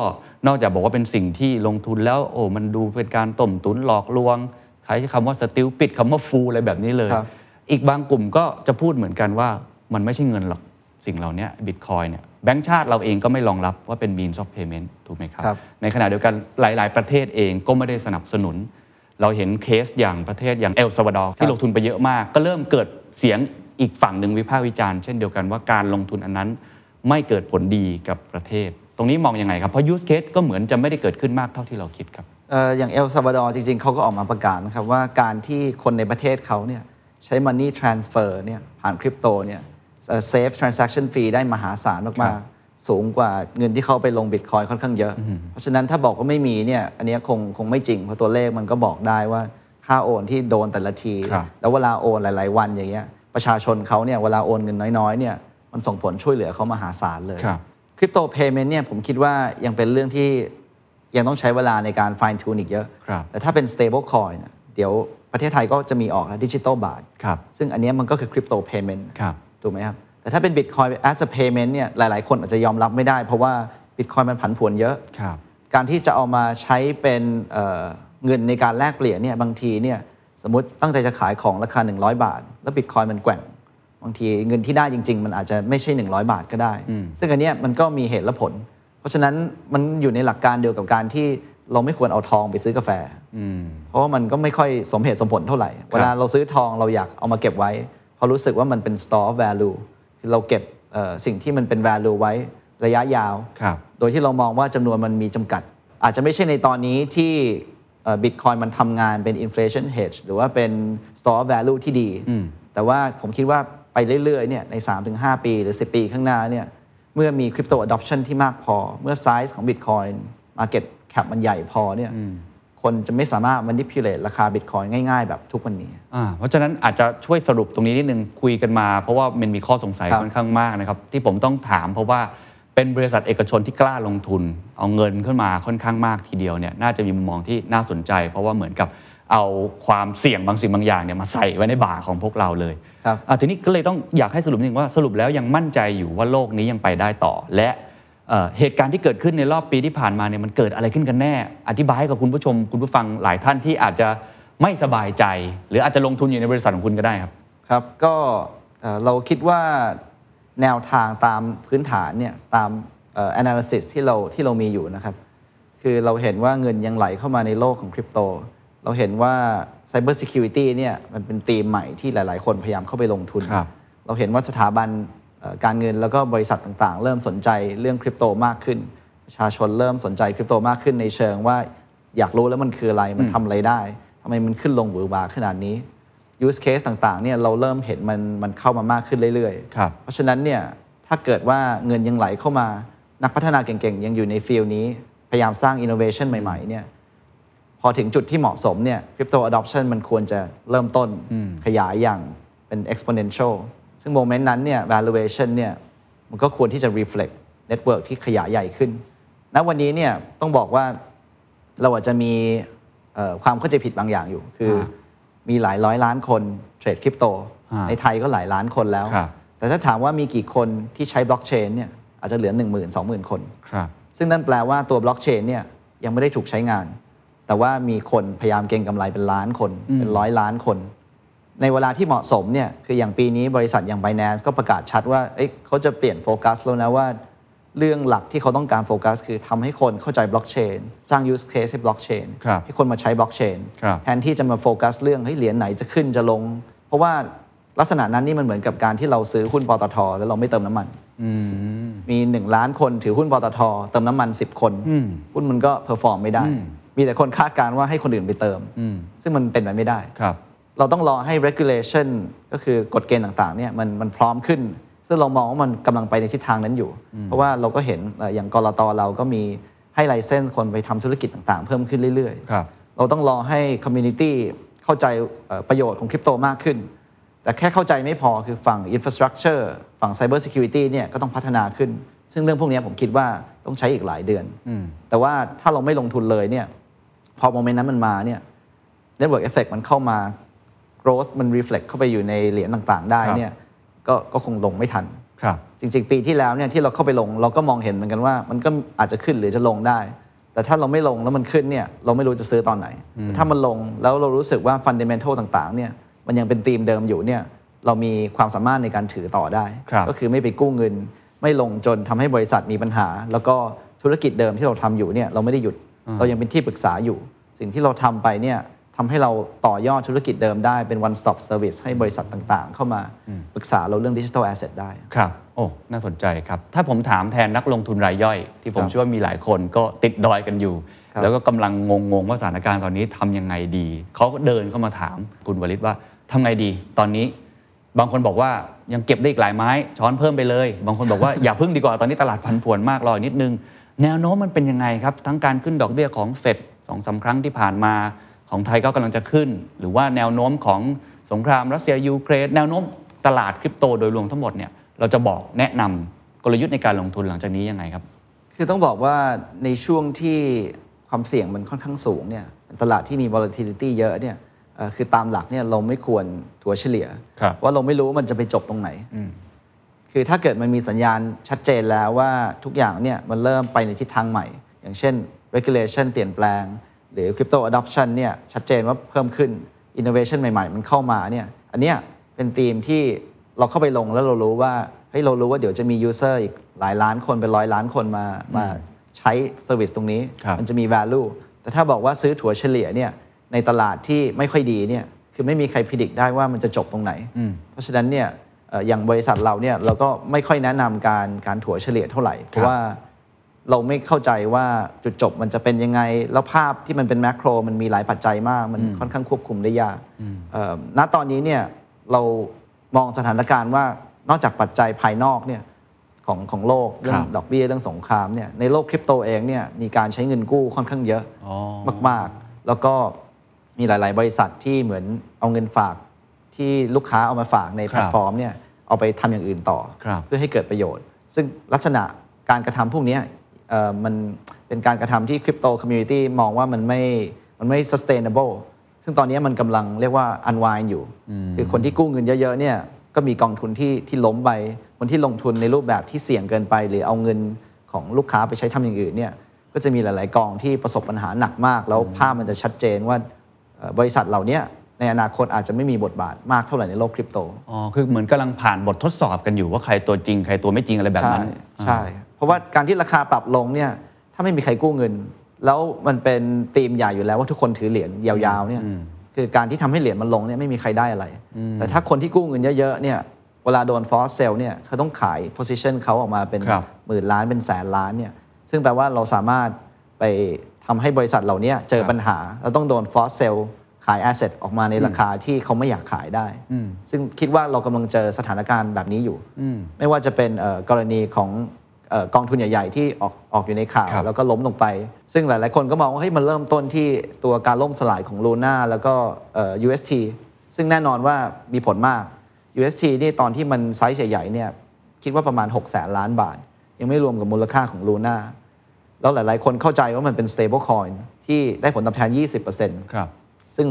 A: นอกจากบอกว่าเป็นสิ่งที่ลงทุนแล้วโอ้มันดูเป็นการต้มตุนหลอกลวงใช้คำว่าสติลปิดคำว่าฟูอะไรแบบนี้เลย
B: ครับ
A: อีกบางกลุ่มก็จะพูดเหมือนกันว่ามันไม่ใช่เงินหรอกสิ่งเหล่านี้บิตคอยเนี่ยแบงก์ชาติเราเองก็ไม่รองรับว่าเป็น means of payment ถูกไหมครับ
B: ครับ
A: ในขณะเดียวกันหลาย ๆ ประเทศเองก็ไม่ได้สนับสนุน เราเห็นเคสอย่างประเทศอย่างเอลซัลวาดอร์ที่ลงทุนไปเยอะมาก ก็เริ่มเกิดเสียงอีกฝั่งหนึ่งวิพากษ์วิจารณ์เช่นเดียวกันว่าการลงทุนอันนั้นไม่เกิดผลดีกับประเทศ ตรงนี้มองยังไงครับเพราะยูสเคสก็เหมือนจะไม่ได้เกิดขึ้นมากเท่าที่เราคิดครับ
B: เอ่ออย่างเอลซัลวาดอร์จริง ๆ เขาก็ออกมาประกาศนะครับว่าการที่คนในประเทศเขาเนี่ยใช้ Money Transfer เนี่ยผ่านคริปโตเนี่ยเอ่อ Safe Transaction Fee ได้มหาศาล
A: ครั
B: มาก
A: บ
B: ๆ สูงกว่าเงินที่เขาไปลงบิตคอยค่อนข้างเยอะ เพราะฉะนั้นถ้าบอกว่าไม่มีเนี่ยอันเนี้ยคงคงไม่จริง เพราะตัวเลขมันก็บอกได้ว่าค่าโอนที่โดนแต่ละที
A: ครับ
B: แล้วเวลาโอนหลาย ๆ วันอย่างเงี้ยประชาชนเขาเนี่ยเวลาโอนเงินน้อยๆเนี่ยมันส่งผลช่วยเหลือเขามหาศาลเลย
A: ครับ
B: คริปโตเพย์เมนต์เนี่ยผมคิดว่ายังเป็นเรื่องที่ยังต้องใช้เวลาในการ fine tune อีกเยอะ
A: ครับ
B: แต่ถ้าเป็น stable coin น่ะเดี๋ยวประเทศไทยก็จะมีออกดิจิตอลบาท
A: ครับ
B: ซึ่งอันเนี้ยมันก็คือคริปโตเพย์เมนต์
A: ครับ
B: ถูกไหมครับ แต่ถ้าเป็น Bitcoin as a payment เนี่ยหลาย ๆ คนอาจจะยอมรับไม่ได้ เพราะว่า Bitcoin มันผันผวนเยอะ
A: ครับ
B: การที่จะเอามาใช้เป็นเอ่อเงินในการแลกเปลี่ยนเนี่ยบางทีเนี่ยสมมติตั้งใจจะขายของราคา 100 บาท แล้วบิตคอยมันแกว่ง บางทีเงินที่ได้จริง ๆ มันอาจจะไม่ใช่ 100 บาทก็ได้ ซึ่งอันเนี้ยมันก็มีเหตุและผล เพราะฉะนั้นมันอยู่ในหลักการเดียวกับการที่เราไม่ควรเอาทองไปซื้อกาแฟ เพราะว่ามันก็ไม่ค่อยสมเหตุสมผลเท่าไหร่ เวลาเราซื้อทองเราอยากเอามาเก็บไว้ เพราะรู้สึกว่ามันเป็น store of value คือเราเก็บเอ่อสิ่งที่มันเป็น value ไว้ระยะยาว
A: ครับ
B: โดยที่เรามองว่าจำนวนมันมีจำกัด อาจจะไม่ใช่ในตอนนี้ที่บิตคอยมันทำงานเป็น inflation hedge หรือว่าเป็น store of value ที่ดี แต่ว่าผมคิดว่าไปเรื่อยๆเนี่ยใน 3-5 ปีหรือ 10 ปีข้างหน้าเนี่ยเมื่อมี crypto adoption ที่มากพอ เมื่อ size ของ bitcoin market cap มันใหญ่พอเนี่ยคนจะไม่สามารถ manipulate ราคา bitcoin ง่ายๆ แบบทุกวันนี้
A: อ่าเพราะฉะนั้นอาจจะช่วยสรุปตรงนี้นิดนึงคุยกันมา เพราะว่ามันมีข้อสงสัย
B: ครับ
A: ค่อนข้างมากนะครับ ที่ผมต้องถามเพราะว่าเป็นบริษัทเอกชนที่กล้าลงทุน เอาเงินขึ้นมาค่อนข้างมากทีเดียวเนี่ยน่าจะมีมุมมองที่น่าสนใจ เพราะว่าเหมือนกับเอาความเสี่ยงบางสิ่งบางอย่างเนี่ยมาใส่ไว้ในบ่าของพวกเราเลย
B: ครับ
A: อ่ะทีนี้ก็เลยต้องอยากให้สรุปนิดนึงว่าสรุปแล้วยังมั่นใจอยู่ว่าโลกนี้ยังไปได้ต่อ และเอ่อเหตุการณ์ที่เกิดขึ้นในรอบปีที่ผ่านมาเนี่ยมันเกิดอะไรขึ้นกันแน่ อธิบายให้กับคุณผู้ชม คุณผู้ฟังหลายท่านที่อาจจะ ไม่สบายใจ หรืออาจจะลงทุนอยู่ในบริษัทของคุณก็ได้ครับ
B: ครับก็เอ่อเราคิดว่าแนวทางตามพื้นฐานเนี่ยตามเอ่อ analysis ที่เราที่เรามีอยู่นะครับ คือเราเห็นว่าเงินยังไหลเข้ามาในโลกของคริปโต เราเห็นว่า Cyber Security เนี่ยมันเป็นธีมใหม่ที่หลาย ๆ คนพยายามเข้าไปลงทุน
A: ครับ
B: เราเห็นว่าสถาบันเอ่อการเงินแล้วก็บริษัทต่างๆ เริ่มสนใจเรื่องคริปโตมากขึ้น ประชาชนเริ่มสนใจคริปโตมากขึ้นในเชิงว่าอยากรู้แล้วมันคืออะไรมันทำอะไรได้ทำไมมันขึ้นลงหวือหวาขนาดนี้ use case ต่างๆเนี่ยเราเริ่มเห็นมันมันเข้ามามากขึ้นเรื่อย
A: ครับ
B: ๆ เพราะฉะนั้นเนี่ยถ้าเกิดว่าเงินยังไหลเข้ามานักพัฒนาเก่งๆ ยังอยู่ในฟิลนี้ พยายามสร้าง innovation ใหม่ๆเนี่ย พอถึงจุดที่เหมาะสมเนี่ยคริปโตอะดอ t ชันมันควรจะเริ่มต้นขยายอย่างเป็น exponential ซึ่งโมเมนต์นั้นเนี่ย valuation เนี่ยมันก็ควรที่จะ reflect network ที่ขยายใหญ่ขึ้น ณวันนี้เนี่ยต้องบอกว่าเราอาจจะมีเอ่อความเข้าใจผิดบางอย่างอยู่ คือมีหลายร้อยล้านคนเทรดคริปโต
A: ฮะ
B: ในไทยก็หลายล้านคนแล้ว
A: ครับ
B: แต่ถ้าถามว่ามีกี่คนที่ใช้บล็อกเชนเนี่ยอาจจะเหลือ 1 0 0 0 0 2 0 0 0 0 คน
A: ครับ
B: ซึ่งนั่นแปลว่าตัวบล็อกเชนเนี่ยยังไม่ได้ถูกใช้งาน แต่ว่ามีคนพยายามเก็งกำไรเป็นล้านคน เป็นร้อยล้านคน ในเวลาที่เหมาะสมเนี่ยคืออย่างปีนี้บริษัทอย่าง Binance ก็ประกาศชัดว่าเอ้ยเขาจะเปลี่ยนโฟกัสแล้วนะว่า เรื่องหลักที่เขาต้องการโฟกัส คือทำให้คนเข้าใจบล็อกเชนสร้าง use case ให้บล็อกเชน
A: ครับ
B: ให้คนมาใช้บล็อกเชน
A: ครับ
B: แทนที่จะมาโฟกัสเรื่องเฮ้ยเหรียญไหนจะขึ้นจะลง เพราะว่าลักษณะนั้นนี่มันเหมือนกับการที่เราซื้อหุ้นปตท แล้วเราไม่เติมน้ำมันมี 1 ล้านคนถือหุ้นปตท เติมน้ำมัน 10 คนหุ้นมันก็เพอร์ฟอร์มไม่ได้ มีแต่คนคาดการณ์ว่าให้คนอื่นไปเติม ซึ่งมันเป็นไปไม่ได้
A: ครับ
B: เราต้องรอให้ regulation ก็คือกฎเกณฑ์ต่างๆเนี่ยมันมันพร้อมขึ้น ซึ่งเรามองว่ามันกำลังไปในทิศทางนั้นอยู่ เพราะว่าเราก็เห็นเอ่ออย่างกรตเราก็มีให้ไลเซนส์คนไปทำธุรกิจต่างๆ เพิ่มขึ้นเรื่อย
A: ครับ
B: ๆ เราต้องรอให้ community เข้าใจเอ่อประโยชน์ของคริปโตมากขึ้น แต่แค่เข้าใจไม่พอคือฝั่ง infrastructure ฝั่ง cyber security เนี่ยก็ต้องพัฒนาขึ้น ซึ่งเรื่องพวกเนี้ยผมคิดว่าต้องใช้อีกหลายเดือน แต่ว่าถ้าเราไม่ลงทุนเลยเนี่ยพอโมเมนต์นั้นมันมาเนี่ย network effect มันเข้ามา growth มัน reflect เข้าไปอยู่ในเหรียญต่างๆ ได้
A: ครับ
B: เนี่ยก็ก็คงลงไม่ทัน
A: ครับ
B: จริงๆ ปีที่แล้วเนี่ยที่เราเข้าไปลงเราก็มองเห็นเหมือนกันว่า มันก็อาจจะขึ้นหรือจะลงได้ แต่ถ้าเราไม่ลงแล้วมันขึ้นเนี่ยเราไม่รู้จะซื้อตอนไหน ถ้ามันลงแล้วเรารู้สึกว่าฟันเดเมนทัลต่างๆเนี่ยมันยังเป็นธีมเดิมอยู่เนี่ยเรามีความสามารถในการถือต่อได้
A: ครับ
B: ก็คือไม่ไปกู้เงิน ไม่ลงจนทำให้บริษัทมีปัญหา แล้วก็ธุรกิจเดิมที่เราทำอยู่เนี่ยเราไม่ได้หยุดเรายังเป็นที่ปรึกษาอยู่ สิ่งที่เราทำไปเนี่ยทำให้เราต่อยอดธุรกิจเดิมได้เป็น one stop service ให้บริษัทต่างๆ เข้ามาปรึกษาเราเรื่อง digital asset ได้
A: ครับ โอ้ น่าสนใจครับ ถ้าผมถามแทนนักลงทุนรายย่อย ที่ผม
B: ครับ
A: เชื่อว่ามีหลายคนก็ติดดอยกันอยู่
B: ครับ
A: แล้วก็กำลังงงๆว่าสถานการณ์ตอนนี้ทำยังไงดี เขาก็เดินเข้ามาถามคุณวลิตว่าทำไงดี ตอนนี้ บางคนบอกว่ายังเก็บได้อีกหลายไม้ ช้อนเพิ่มไปเลย บางคนบอกว่า อย่าพึ่งดีกว่าตอนนี้ตลาดพันผวนมากรออีกนิดนึง แนวโน้มมันเป็นยังไงครับ ทั้งการขึ้นดอกเบี้ยของเฟดสองสามครั้งที่ผ่านมาของไทยก็กำลังจะขึ้น หรือว่าแนวโน้มของสงครามรัสเซียยูเครนแนวโน้มตลาดคริปโตโดยรวมทั้งหมดเนี่ยเราจะบอกแนะนำกลยุทธ์ในการลงทุนหลังจากนี้ยังไงครับ
B: คือต้องบอกว่าในช่วงที่ความเสี่ยงมันค่อนข้างสูงเนี่ยตลาดที่มี volatility เยอะเนี่ยเอ่อคือตามหลักเนี่ยเราไม่ควรถัวเฉลี่ย
A: ครับ
B: ว่าเราไม่รู้ว่ามันจะไปจบตรงไหน คือถ้าเกิดมันมีสัญญาณชัดเจนแล้วว่าทุกอย่างเนี่ยมันเริ่มไปในทิศทางใหม่ อย่างเช่น regulation เปลี่ยนแปลง หรือ crypto adoption เนี่ยชัดเจนว่าเพิ่มขึ้น innovation ใหม่ๆ มันเข้ามาเนี่ยอันเนี้ยเป็นธีมที่เราเข้าไปลงแล้วเรารู้ว่าเฮ้ยเรารู้ว่าเดี๋ยวจะมี user อีกหลายล้านคนเป็นร้อยล้านคนมามาใช้ service ตรงนี้
A: ครับ
B: มันจะมี value แต่ถ้าบอกว่าซื้อถั่วเฉลี่ยเนี่ยในตลาดที่ไม่ค่อยดีเนี่ยคือไม่มีใครพิจิตได้ว่ามันจะจบตรงไหน เพราะฉะนั้นเนี่ยเอ่ออย่างบริษัทเราเนี่ยเราก็ไม่ค่อยแนะนำการการถั่วเฉลี่ยเท่าไหร่ เพราะว่าเราไม่เข้าใจว่าจุดจบมันจะเป็นยังไง แล้วภาพที่มันเป็นแมกโรมันมีหลายปัจจัยมาก มันค่อนข้างควบคุมได้ยากเอ่อณตอนนี้เนี่ยเรามองสถานการณ์ว่านอกจากปัจจัยภายนอกเนี่ยของของโลกเรื่อ
A: ค
B: ง
A: รับ
B: ดอกเบี้ยเรื่องสงครามเนี่ยในโลกคริปโตเองเนี่ยมีการใช้เงินกู้ค่อนข้างเยอะ
A: อ๋อ
B: มาก ๆ แล้วก็มีหลาย ๆ บริษัทที่เหมือนเอาเงินฝากที่ลูกค้าเอามาฝากในแพลตฟอร์มเนี่ยเอาไปทำอย่างอื่นต่อ
A: ครับ
B: เพื่อให้เกิดประโยชน์ ซึ่งลักษณะการกระทำพวกเนี้ยเอ่อมันเป็นการกระทำที่คริปโตคอมมูนิตี้มองว่ามันไม่มันไม่ sustainable ซึ่งตอนเนี้ยมันกำลังเรียกว่า unwind อยู่ คือคนที่กู้เงินเยอะ ๆ เนี่ยก็มีกองทุนที่ที่ล้มไป คนที่ลงทุนในรูปแบบที่เสี่ยงเกินไป หรือเอาเงินของลูกค้าไปใช้ทำอย่างอื่นเนี่ย ก็จะมีหลาย ๆ กองที่ประสบปัญหาหนักมาก แล้วภาพมันจะชัดเจนว่าเอ่อบริษัทเหล่าเนี้ยในอนาคตอาจจะไม่มีบทบาทมากเท่าไหร่ในโลกคริปโต
A: อ๋อคือเหมือนกำลังผ่านบททดสอบกันอยู่ว่าใครตัวจริงใครตัวไม่จริงอะไรแบบ
B: ใช่
A: นั้น
B: ใช่ เพราะว่าการที่ราคาปรับลงเนี่ยถ้าไม่มีใครกู้เงิน แล้วมันเป็นธีมใหญ่อยู่แล้วว่าทุกคนถือเหรียญยาว ๆ เนี่ยคือการที่ทำให้เหรียญมันลงเนี่ยไม่มีใครได้อะไร แต่ถ้าคนที่กู้เงินเยอะ ๆ เนี่ยเวลาโดนฟอสเซลเนี่ยเขาต้องขาย position เขาออกมาเป็น
A: ครับ
B: หมื่นล้านเป็นแสนล้านเนี่ยซึ่งแปลว่าเราสามารถไปทำให้บริษัทเหล่านี้เจอปัญหา แล้วต้องโดนฟอสเซลขายแอสเซทออกมาในราคาที่เขาไม่อยากขายได้ ซึ่งคิดว่าเรากำลังเจอสถานการณ์แบบนี้อยู่ ไม่ว่าจะเป็นเอ่อกรณีของเอ่อกองทุนใหญ่ ๆ ที่ออกออกอยู่ในข่าว
A: ครับ
B: แล้วก็ล้มลงไป ซึ่งหลาย ๆ คนก็มองว่าเฮ้ยมันเริ่มต้นที่ตัวการล่มสลายของลูน่าแล้วก็เอ่อ UST ซึ่งแน่นอนว่ามีผลมาก UST นี่ตอนที่มันไซส์ใหญ่ ๆ เนี่ย คิดว่าประมาณ 6 0แสนล้านบาท ยังไม่รวมกับมูลค่าของลูน่าแล้วหลาย ๆ คนเข้าใจว่ามันเป็น stable coin ที่ได้ผลตอบแทน 20%
A: ครับ
B: ซึ่ง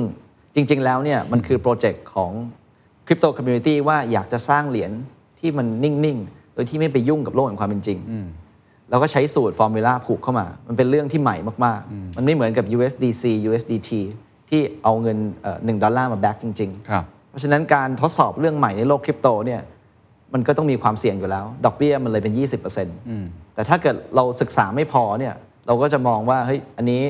B: จริง ๆ แล้วเนี่ยมันคือโปรเจกต์ของคริปโตคอมมูนิตี้ว่าอยากจะสร้างเหรียญที่มันนิ่ง ๆ โดยที่ไม่ไปยุ่งกับโลกแห่งความเป็นจริง แล้วก็ใช้สูตรฟอร์มูลาผูกเข้ามา มันเป็นเรื่องที่ใหม่มาก ๆ มันไม่เหมือนกับ USDC USDT ที่เอาเงินเอ่อหนึ่งดอลลาร์มาแบ็กจริง ๆ
A: ครับ
B: เพราะฉะนั้นการทดสอบเรื่องใหม่ในโลกคริปโตเนี่ย มันก็ต้องมีความเสี่ยงอยู่แล้ว ดอกเบี้ยมันเลยเป็น 20%แต่ถ้าเกิดเราศึกษาไม่พอเนี่ยเราก็จะมองว่าเฮ้ยอันนี้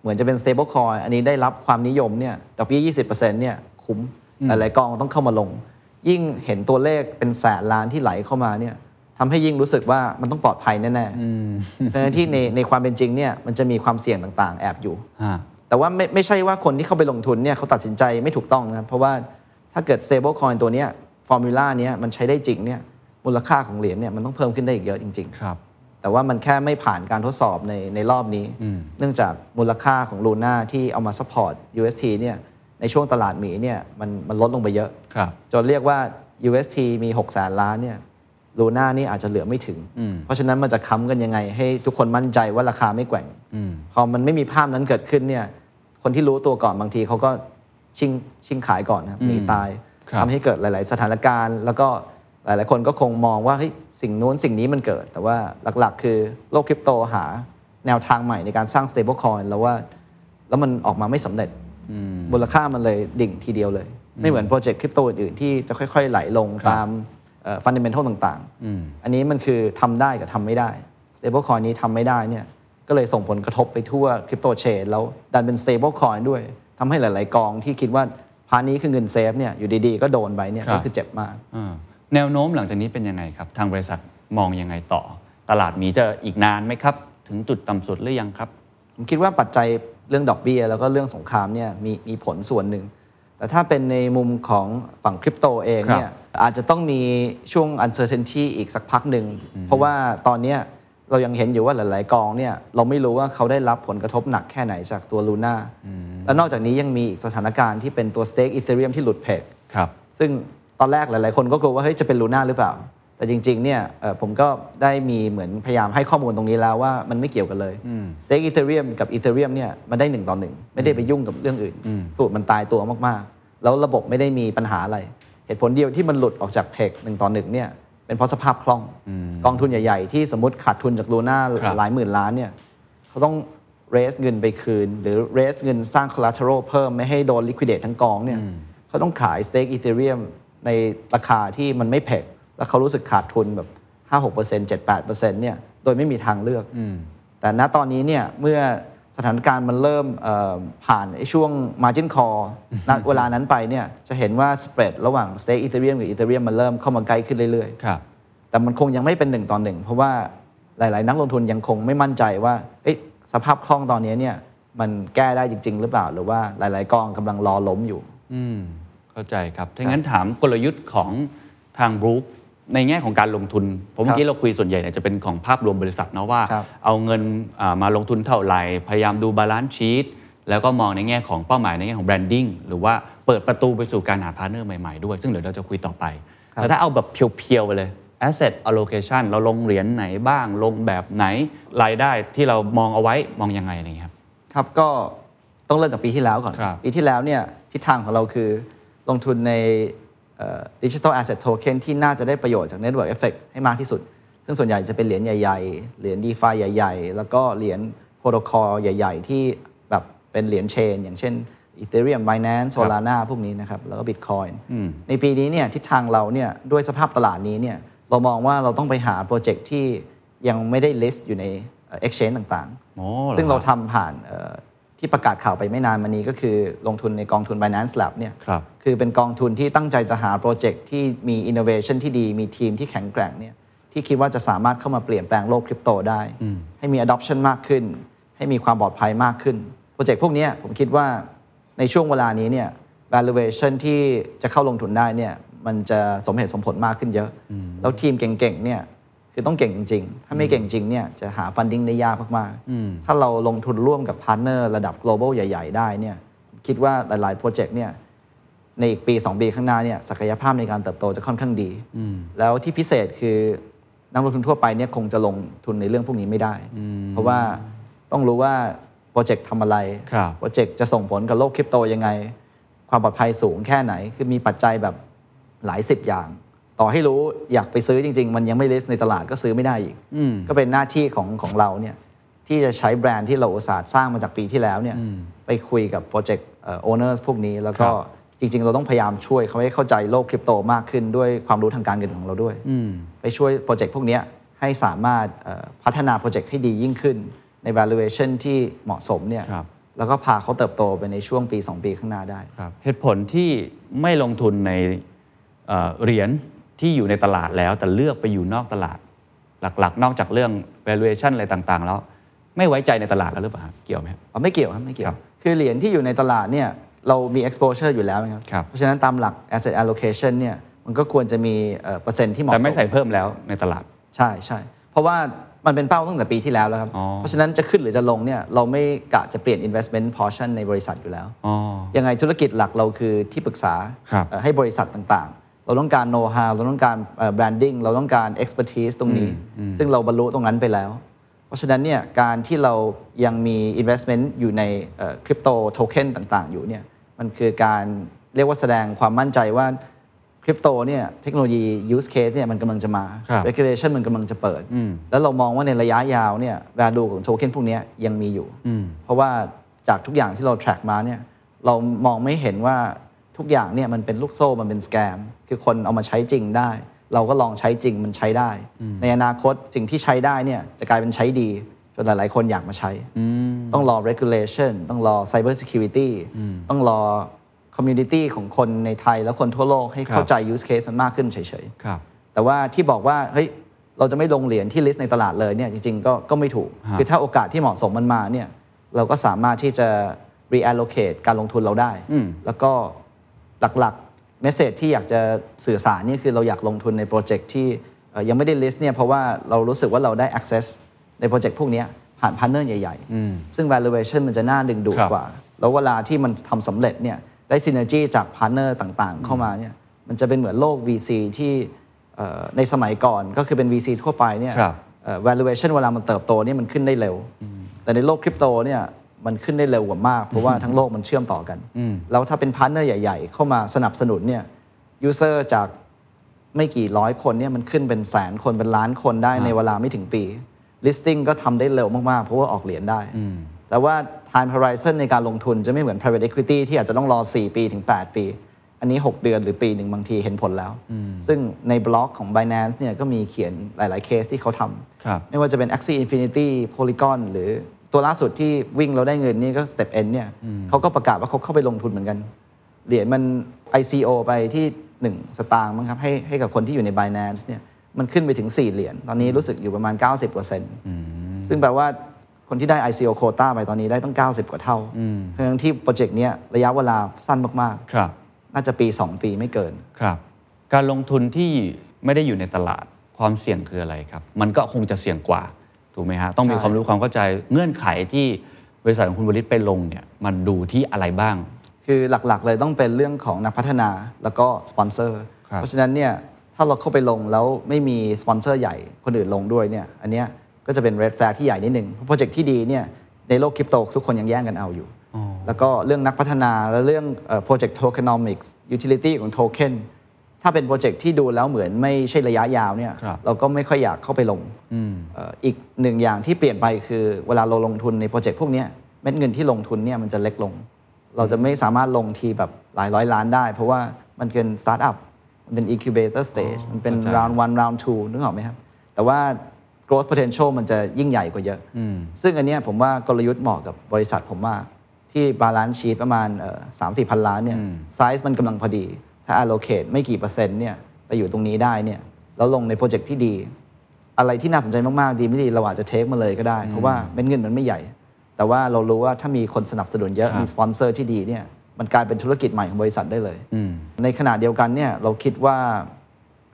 B: เหมือนจะเป็น stable coin อันนี้ได้รับความนิยมเนี่ยดอกเบี้ย 20%เนี่ยคุ้มหลายๆกองต้องเข้ามาลง ยิ่งเห็นตัวเลขเป็นแสนล้านที่ไหลเข้ามาเนี่ยทำให้ยิ่งรู้สึกว่ามันต้องปลอดภัยแน่ๆทั้งที่ในในความเป็นจริงเนี่ยมันจะมีความเสี่ยงต่างๆ แอบอยู่
A: ฮะ
B: แต่ว่าไม่ไม่ใช่ว่าคนที่เข้าไปลงทุนเนี่ยเขาตัดสินใจไม่ถูกต้องนะครับเพราะว่าถ้าเกิด stable coin ตัวเนี้ยฟอร์มูล่าเนี้ยมันใช้ได้จริงเนี่ยมูลค่าของเหรียญเนี่ยมันต้องเพิ่มขึ้นได้อีกเยอะจริง ๆ
A: ครับ
B: แต่ว่ามันแค่ไม่ผ่านการทดสอบในในรอบนี้ เนื่องจากมูลค่าของลูน่าที่เอามาซัพพอร์ต UST เนี่ยในช่วงตลาดหมีเนี่ยมันมันลดลงไปเยอะ
A: ครับ
B: จนเรียกว่า UST มี 6 แสนล้านเนี่ยลูน่านี่อาจจะเหลือไม่ถึง เพราะฉะนั้นมันจะค้ำกันยังไง ให้ทุกคนมั่นใจว่าราคาไม่แกว่ง พอมันไม่มีภาพนั้นเกิดขึ้นเนี่ยคนที่รู้ตัวก่อนบางทีเขาก็ชิงชิงขายก่อนนะครับหนีตาย
A: ครับ
B: ทำให้เกิดหลาย ๆ สถานการณ์ แล้วก็หลาย ๆ คนก็คงมองว่าเฮ้ยสิ่งนู้นสิ่งนี้มันเกิด แต่ว่าหลัก ๆ คือโลกคริปโตหาแนวทางใหม่ในการสร้าง stable coin แล้วว่า แล้วมันออกมาไม่สำเร็จ มูลค่ามันเลยดิ่งทีเดียวเลย ไม่เหมือนโปรเจกต์คริปโตอื่นๆ ที่จะค่อย ๆ ไหลลงตามฟันเดเมนทัลต่างๆ อันนี้มันคือทำได้กับทำไม่ได้ stable coin นี้ทำไม่ได้เนี่ยก็เลยส่งผลกระทบไปทั่วคริปโตเชนแล้วดันเป็น stable coin ด้วยทำให้หลาย ๆ กองที่คิดว่าพาร์ทนี้คือเงินเซฟเนี่ยอยู่ดีๆ ก็โดนไปเนี่ย
A: ครับ
B: ก็คือเจ็บมาก
A: อ่าแนวโน้มหลังจากนี้เป็นยังไงครับ ทางบริษัทมองยังไงต่อ ตลาดหมีจะอีกนานไหมครับ ถึงจุดต่ำสุดหรือยังครับ
B: ผมคิดว่าปัจจัยเรื่องดอกเบีย้ยแล้วก็เรื่องสงครามเนี่ยมีมีผลส่วนหนึ่ง แต่ถ้าเป็นในมุมของฝั่งคริปโตเองเนี่ยอาจจะต้องมีช่วง uncertainty อีกสักพักหนึ่ง เพราะว่าตอนเนี้ยเรายังเห็นอยู่ว่าหลาย ๆ กองเนี่ยเราไม่รู้ว่าเขาได้รับผลกระทบหนักแค่ไหนจากตัวลูน่าและนอกจากนี้ยังมีอีกสถานการณ์ที่เป็นตัวสเต็กอีเธเรียมที่หลุดเพก
A: ครับ
B: ซึ่งตอนแรกหลาย ๆ คนก็กลัวว่าเฮ้ยจะเป็นลูน่าหรือเปล่า แต่จริง ๆ เนี่ยเอ่อผมก็ได้มีเหมือนพยายามให้ข้อมูลตรงนี้แล้วว่ามันไม่เกี่ยวกันเลยสเต็กอีเทเรียมกับอีเทเรียมเนี่ยมันได้หนึ่งต่อหนึ่งไม่ได้ไปยุ่งกับเรื่องอื่น สูตรมันตายตัวมาก ๆ แล้วระบบไม่ได้มีปัญหาอะไร เหตุผลเดียวที่มันหลุดออกจากเพกหนึ่งต่อหนึ่งเนี่ยเป็นเพราะสภาพคล่องกองทุนใหญ่ ๆ ที่สมมติขาดทุนจากลูน่า
A: ครับ
B: หลายหมื่นล้านเนี่ยเขาต้อง เรสเงินไปคืน หรือเรสเงินสร้าง collateral เพิ่มไม่ให้โดน liquidate ทั้งกองเนี่ยเขาต้องขายสเต็กอีเทเรียมในราคาที่มันไม่แพงแล้วเขารู้สึกขาดทุนแบบ 5-6% 7-8%เนี่ยโดยไม่มีทางเลือก แต่ณตอนนี้เนี่ยเมื่อสถานการณ์มันเริ่มเอ่อผ่านไอ้ช่วง margin call ณเวลานั้นไปเนี่ยจะเห็นว่าสเปรดระหว่างสเต็กอีเทเรียมกับอีเทเรียมมันเริ่มเข้ามาใกล้ขึ้นเรื่อยๆ
A: ครับ
B: แต่มันคงยังไม่เป็นหนึ่งต่อหนึ่งเพราะว่าหลาย ๆ นักลงทุนยังคงไม่มั่นใจว่าเอ๊ะสภาพคล่องตอนนี้เนี่ยมันแก้ได้จริง ๆ หรือเปล่า หรือว่าหลาย ๆ กองกำลังรอล้มอยู่
A: อืม เข้าใจครับ ถ้างั้นถามกลยุทธ์ของทางบรูคในแง่ของการลงทุน ผม
B: ครั
A: เมื่
B: บ
A: อกี้เราคุยส่วนใหญ่เนี่ยจะเป็นของภาพรวมบริษัทเนาะว่า
B: ครับ
A: เอาเงินอ่ามาลงทุนเท่าไหร่ พยายามดูบาลานซ์ชีตแล้วก็มองในแง่ของเป้าหมายในแง่ของแบรนดิ้งหรือว่าเปิดประตูไปสู่การหาพาร์ทเนอร์ใหม่ๆด้วย ซึ่งเดี๋ยวเราจะคุยต่อไป แต่ถ้าเอาแบบเพียวๆไปเลย asset allocation เราลงเหรียญไหนบ้าง ลงแบบไหนรายได้ที่เรามองเอาไว้มองยังไงอะไรอย่างเงี้ยครับ
B: ครับก็ต้องเริ่มจากปีที่แล้วก่อน
A: ครับ
B: ปีที่แล้วเนี่ยทิศทางของเราคือลงทุนในดิจิทัลแอสเซทโทเค็นที่น่าจะได้ประโยชน์จาก Network Effect ให้มากที่สุด ซึ่งส่วนใหญ่จะเป็นเหรียญใหญ่ๆ เหรียญ d e f าใหญ่ ๆ แล้วก็เหรียญโปรโตคอลใหญ่ ๆ ที่แบบเป็นเหรียญเชน อย่างเช่น Ethereum, Binance, Solana พวกนี้นะครับ แล้วก็ Bitcoin
A: อืม
B: ในปีนี้เนี่ยทิศทางเราเนี่ยด้วยสภาพตลาดนี้เนี่ยเรามองว่าเราต้องไปหาโปรเจกต์ที่ยังไม่ได้ list อยู่ในเอ่อ exchange ต่างๆ
A: อ๋อเหรอ
B: ซึ่งเรา
A: ครับ
B: ทำผ่านเอ่อที่ประกาศข่าวไปไม่นานมานี้ก็คือลงทุนในกองทุน Binance Lab เนี่ย
A: ครับ
B: อเป็นกองทุนที่ตั้งใจจะหาโปรเจกต์ที่มี innovation ที่ดี มีทีมที่แข็งแกร่งเนี่ยที่คิดว่าจะสามารถเข้ามาเปลี่ยนแปลงโลกคริปโตได้ ให้มี adoption มากขึ้น ให้มีความปลอดภัยมากขึ้น โปรเจกต์พวกเนี้ยผมคิดว่าในช่วงเวลานี้เนี่ย valuation ที่จะเข้าลงทุนได้เนี่ยมันจะสมเหตุสมผลมากขึ้นเยอะ แล้วทีมเก่งๆเนี่ย คือต้องเก่งจริง ๆ ถ้าไม่เก่งจริงเนี่ยจะหาฟันดิ้งได้ยากมาก ๆ ถ้าเราลงทุนร่วมกับพาร์ทเนอร์ระดับ global ใหญ่ ๆ ได้เนี่ยคิดว่าหลาย ๆ โปรเจกต์เนี่ยในอีกปี 2 ปีข้างหน้าเนี่ยศักยภาพในการเติบโตจะค่อนข้างดี แล้วที่พิเศษคือนักลงทุนทั่วไปเนี่ยคงจะลงทุนในเรื่องพวกนี้ไม่ได้ เพราะว่าต้องรู้ว่าโปรเจกต์ทำอะไร
A: ครับ
B: โปรเจกต์จะส่งผลกับโลกคริปโตยังไง ความปลอดภัยสูงแค่ไหน คือมีปัจจัยแบบหลายสิบอย่าง ต่อให้รู้อยากไปซื้อจริง ๆ มันยังไม่ list ในตลาดก็ซื้อไม่ได้อีก ก็เป็นหน้าที่ของของเราเนี่ยที่จะใช้แบรนด์ที่เราอุตสาห์สร้างมาจากปีที่แล้วเนี่ยไปคุยกับโปรเจกต์โอเนอร์พวกนี้ แล้วก็จ จริง ๆ เราต้องพยายามช่วยเขาให้เข้าใจโลกคริปโตมากขึ้นด้วยความรู้ทางการเงินของเราด้วย ไปช่วยโปรเจกต์พวกเนี้ยให้สามารถเอ่อพัฒนาโปรเจกต์ให้ดียิ่งขึ้นใน valuation ที่เหมาะสมเนี่ย
A: ครับ
B: แล้วก็พาเขาเติบโตไปในช่วงปี 2 ปีข้างหน้าได้
A: เหตุผลที่ไม่ลงทุนในเอ่อเหรียญที่อยู่ในตลาดแล้ว แต่เลือกไปอยู่นอกตลาด หลักๆ นอกจากเรื่อง valuation อะไรต่างๆ แล้ว ไม่ไว้ใจในตลาดแล้วหรือเปล่าครับเกี่ยวไหมครับ
B: อ๋อไม่เกี่ยวครับไม่เกี่ย
A: ครั
B: ว
A: บ
B: คือเหรียญที่อยู่ในตลาดเนี่ยเรามี exposure อยู่แล้วนะครับ
A: ครับ
B: เพราะฉะนั้นตามหลัก asset allocation เนี่ยมันก็ควรจะมีเอ่อเปอร์เซ็นต์ที่เหมาะส
A: แต่
B: ม
A: ไม่ใส่เพิ่มแล้วในตลาด
B: ใช่ใช่เพราะว่ามันเป็นเป้าตั้งแต่ปีที่แล้วแล้วครับ
A: อ๋อ
B: เพราะฉะนั้นจะขึ้นหรือจะลงเนี่ยเราไม่กะจะเปลี่ยน investment portion ในบริษัทอยู่แล้ว
A: อ๋อ
B: ยังไงธุรกิจหลักเราคือที่ปรึกษา
A: ครับ
B: เอ่อให้บริษัทต่างๆ เราต้องการโน้ตฮาวเราต้องการแบรนดิ้งเราต้องการ expertise ตรงนี้ ซึ่งเราบรรลุตรงนั้นไปแล้ว เพราะฉะนั้นเนี่ยการที่เรายังมี investment อยู่ในคริปโตโทเค็นต่างๆ อยู่เนี่ยมันคือการเรียกว่าแสดงความมั่นใจว่าคริปโตเนี่ยเทคโนโลยี use case เนี่ยมันกำลังจะมา
A: ครับ
B: regulation มันกำลังจะเปิด แล้วเรามองว่าในระยะยาวเนี่ย value ของโทเค็นพวกเนี้ยยังมีอยู่ เพราะว่าจากทุกอย่างที่เรา track มาเนี่ยเรามองไม่เห็นว่าทุกอย่างเนี่ยมันเป็นลูกโซ่มันเป็นสแกม คือคนเอามาใช้จริงได้ เราก็ลองใช้จริงมันใช้ได้ ในอนาคตสิ่งที่ใช้ได้เนี่ยจะกลายเป็นใช้ดี จนหลาย ๆ คนอยากมาใช้ ต้องรอ regulation ต้องรอ cyber security ต้องรอ community ของคนในไทย และคนทั่วโลกให้เข้าใจ use case มันมากขึ้นเฉยๆ
A: ครับ
B: แต่ว่าที่บอกว่าเฮ้ยเราจะไม่ลงเหรียญที่ลิสต์ในตลาดเลยเนี่ยจริงๆก็ก็ไม่ถูก
A: ฮะ
B: คือถ้าโอกาสที่เหมาะสมมันมาเนี่ยเราก็สามารถที่จะ reallocate การลงทุนเราได้ แล้วก็หลักๆ message ที่อยากจะสื่อสารเนี่ยคือเราอยากลงทุนในโปรเจกต์ที่เอ่อยังไม่ได้ list เนี่ยเพราะว่าเรารู้สึกว่าเราได้ access ในโปรเจกต์พวกเนี้ยผ่านพาร์เนอร์ใหญ่ๆ ซึ่ง valuation มันจะน่าดึงดูด
A: ครับ
B: กว่า แล้วเวลาที่มันทำสำเร็จเนี่ยได้ synergy จากพาร์เนอร์ต่างๆ เข้ามาเนี่ยมันจะเป็นเหมือนโลก VC ที่เอ่อในสมัยก่อนก็คือเป็น VC ทั่วไปเนี่ย
A: ครับ
B: เอ่อ valuation เวลามันเติบโตเนี่ยมันขึ้นได้เร็ว แต่ในโลกคริปโตเนี่ยมันขึ้นได้เร็วกว่ามาก เพราะว่าทั้งโลกมันเชื่อมต่อกัน แล้วถ้าเป็นพาร์เนอร์ใหญ่ ๆ เข้ามาสนับสนุนเนี่ย user จาก ไม่กี่ร้อยคนเนี่ยมันขึ้นเป็นแสนคนเป็นล้านคนได้ในเวลาไม่ถึงปี listing ก็ทำได้เร็วมาก ๆ เพราะว่าออกเหรียญได้ แต่ว่า time horizon ในการลงทุนจะไม่เหมือน private equity ที่อาจจะต้องรอ 4 ปีถึง 8 ปี อันนี้ 6 เดือนหรือปีหนึ่งบางทีเห็นผลแล้ว ซึ่งในบล็อกของ Binance เนี่ยก็มีเขียนหลาย ๆ เคสที่เขาท
A: ครับ
B: ำไม่ว่าจะเป็น Axie Infinity Polygon หรือตัวล่าสุดที่วิ่งเราได้เงินนี่ก็ Step N เนี่ยเขาก็ประกาศว่าเขาเข้าไปลงทุนเหมือนกัน เหรียญมัน ICO ไปที่ 1 สตางค์มั้งครับให้ให้กับคนที่อยู่ใน Binance เนี่ยมันขึ้นไปถึง 4 เหรียญตอนนี้รู้สึกอยู่ประมาณ 90%ซึ่งแปลว่าคนที่ได้ ICO โคต้าไปตอนนี้ได้ตั้ง 90 กว่าเท่าทั้งที่โปรเจกต์เนี้ยระยะเวลาสั้นมาก
A: ครับ
B: ๆ น่าจะปี 2 ปีไม่เกิน
A: ครับ การลงทุนที่ไม่ได้อยู่ในตลาดความเสี่ยงคืออะไรครับ มันก็คงจะเสี่ยงกว่าถูกไหมฮะต้องมี
B: ใช่
A: ความรู้ความเข้าใจเงื่อนไขที่บริษัทของคุณวริศไปลงเนี่ยมันดูที่อะไรบ้าง
B: คือหลักๆ เลยต้องเป็นเรื่องของนักพัฒนาแล้วก็สปอนเซอร์
A: ครับ
B: เพราะฉะนั้นเนี่ยถ้าเราเข้าไปลงแล้วไม่มีสปอนเซอร์ใหญ่คนอื่นลงด้วยเนี่ยอันเนี้ยก็จะเป็น red flag ที่ใหญ่นิดนึงเพราะโปรเจกต์ที่ดีเนี่ยในโลกคริปโตทุกคนยังแย่งกันเอาอยู่ แล้วก็เรื่องนักพัฒนาและเรื่องโปรเจกต์โทเค n นอมิกส์ยูทิลิตี้ของโทเค็นถ้าเป็นโปรเจกต์ที่ดูแล้วเหมือนไม่ใช่ระยะยาวเนี่ย
A: ครับ
B: เราก็ไม่ค่อยอยากเข้าไปลงเอ่ออีกหนึ่งอย่างที่เปลี่ยนไปคือเวลาเราลงทุนในโปรเจกต์พวกเนี้ยเม็ดเงินที่ลงทุนเนี่ยมันจะเล็กลง เราจะไม่สามารถลงทีแบบหลายร้อยล้านได้ เพราะว่ามันเป็นสตาร์ทอัพ มันเป็น incubator stage มันเป็น
A: เข้าใจ
B: round one round two นึกออกไหมครับ แต่ว่า growth potential มันจะยิ่งใหญ่กว่าเยอะ ซึ่งอันเนี้ยผมว่ากลยุทธ์เหมาะกับบริษัทผมมากที่ balance sheet ประมาณสามสี่พันล้านเนี่ย size มันกำลังพอดี ถ้า allocate ไม่กี่เปอร์เซ็นต์เนี่ยไปอยู่ตรงนี้ได้เนี่ยแล้วลงในโปรเจกต์ที่ดี อะไรที่น่าสนใจมาก ๆ ดีไม่ดีเราอาจจะเทคมาเลยก็ได้ เพราะว่าเม็ดเงินมันไม่ใหญ่ แต่ว่าเรารู้ว่าถ้ามีคนสนับสนุนเยอะ มีสปอนเซอร์ที่ดีเนี่ยมันกลายเป็นธุรกิจใหม่ของบริษัทได้เลยในขณะเดียวกันเนี่ยเราคิดว่า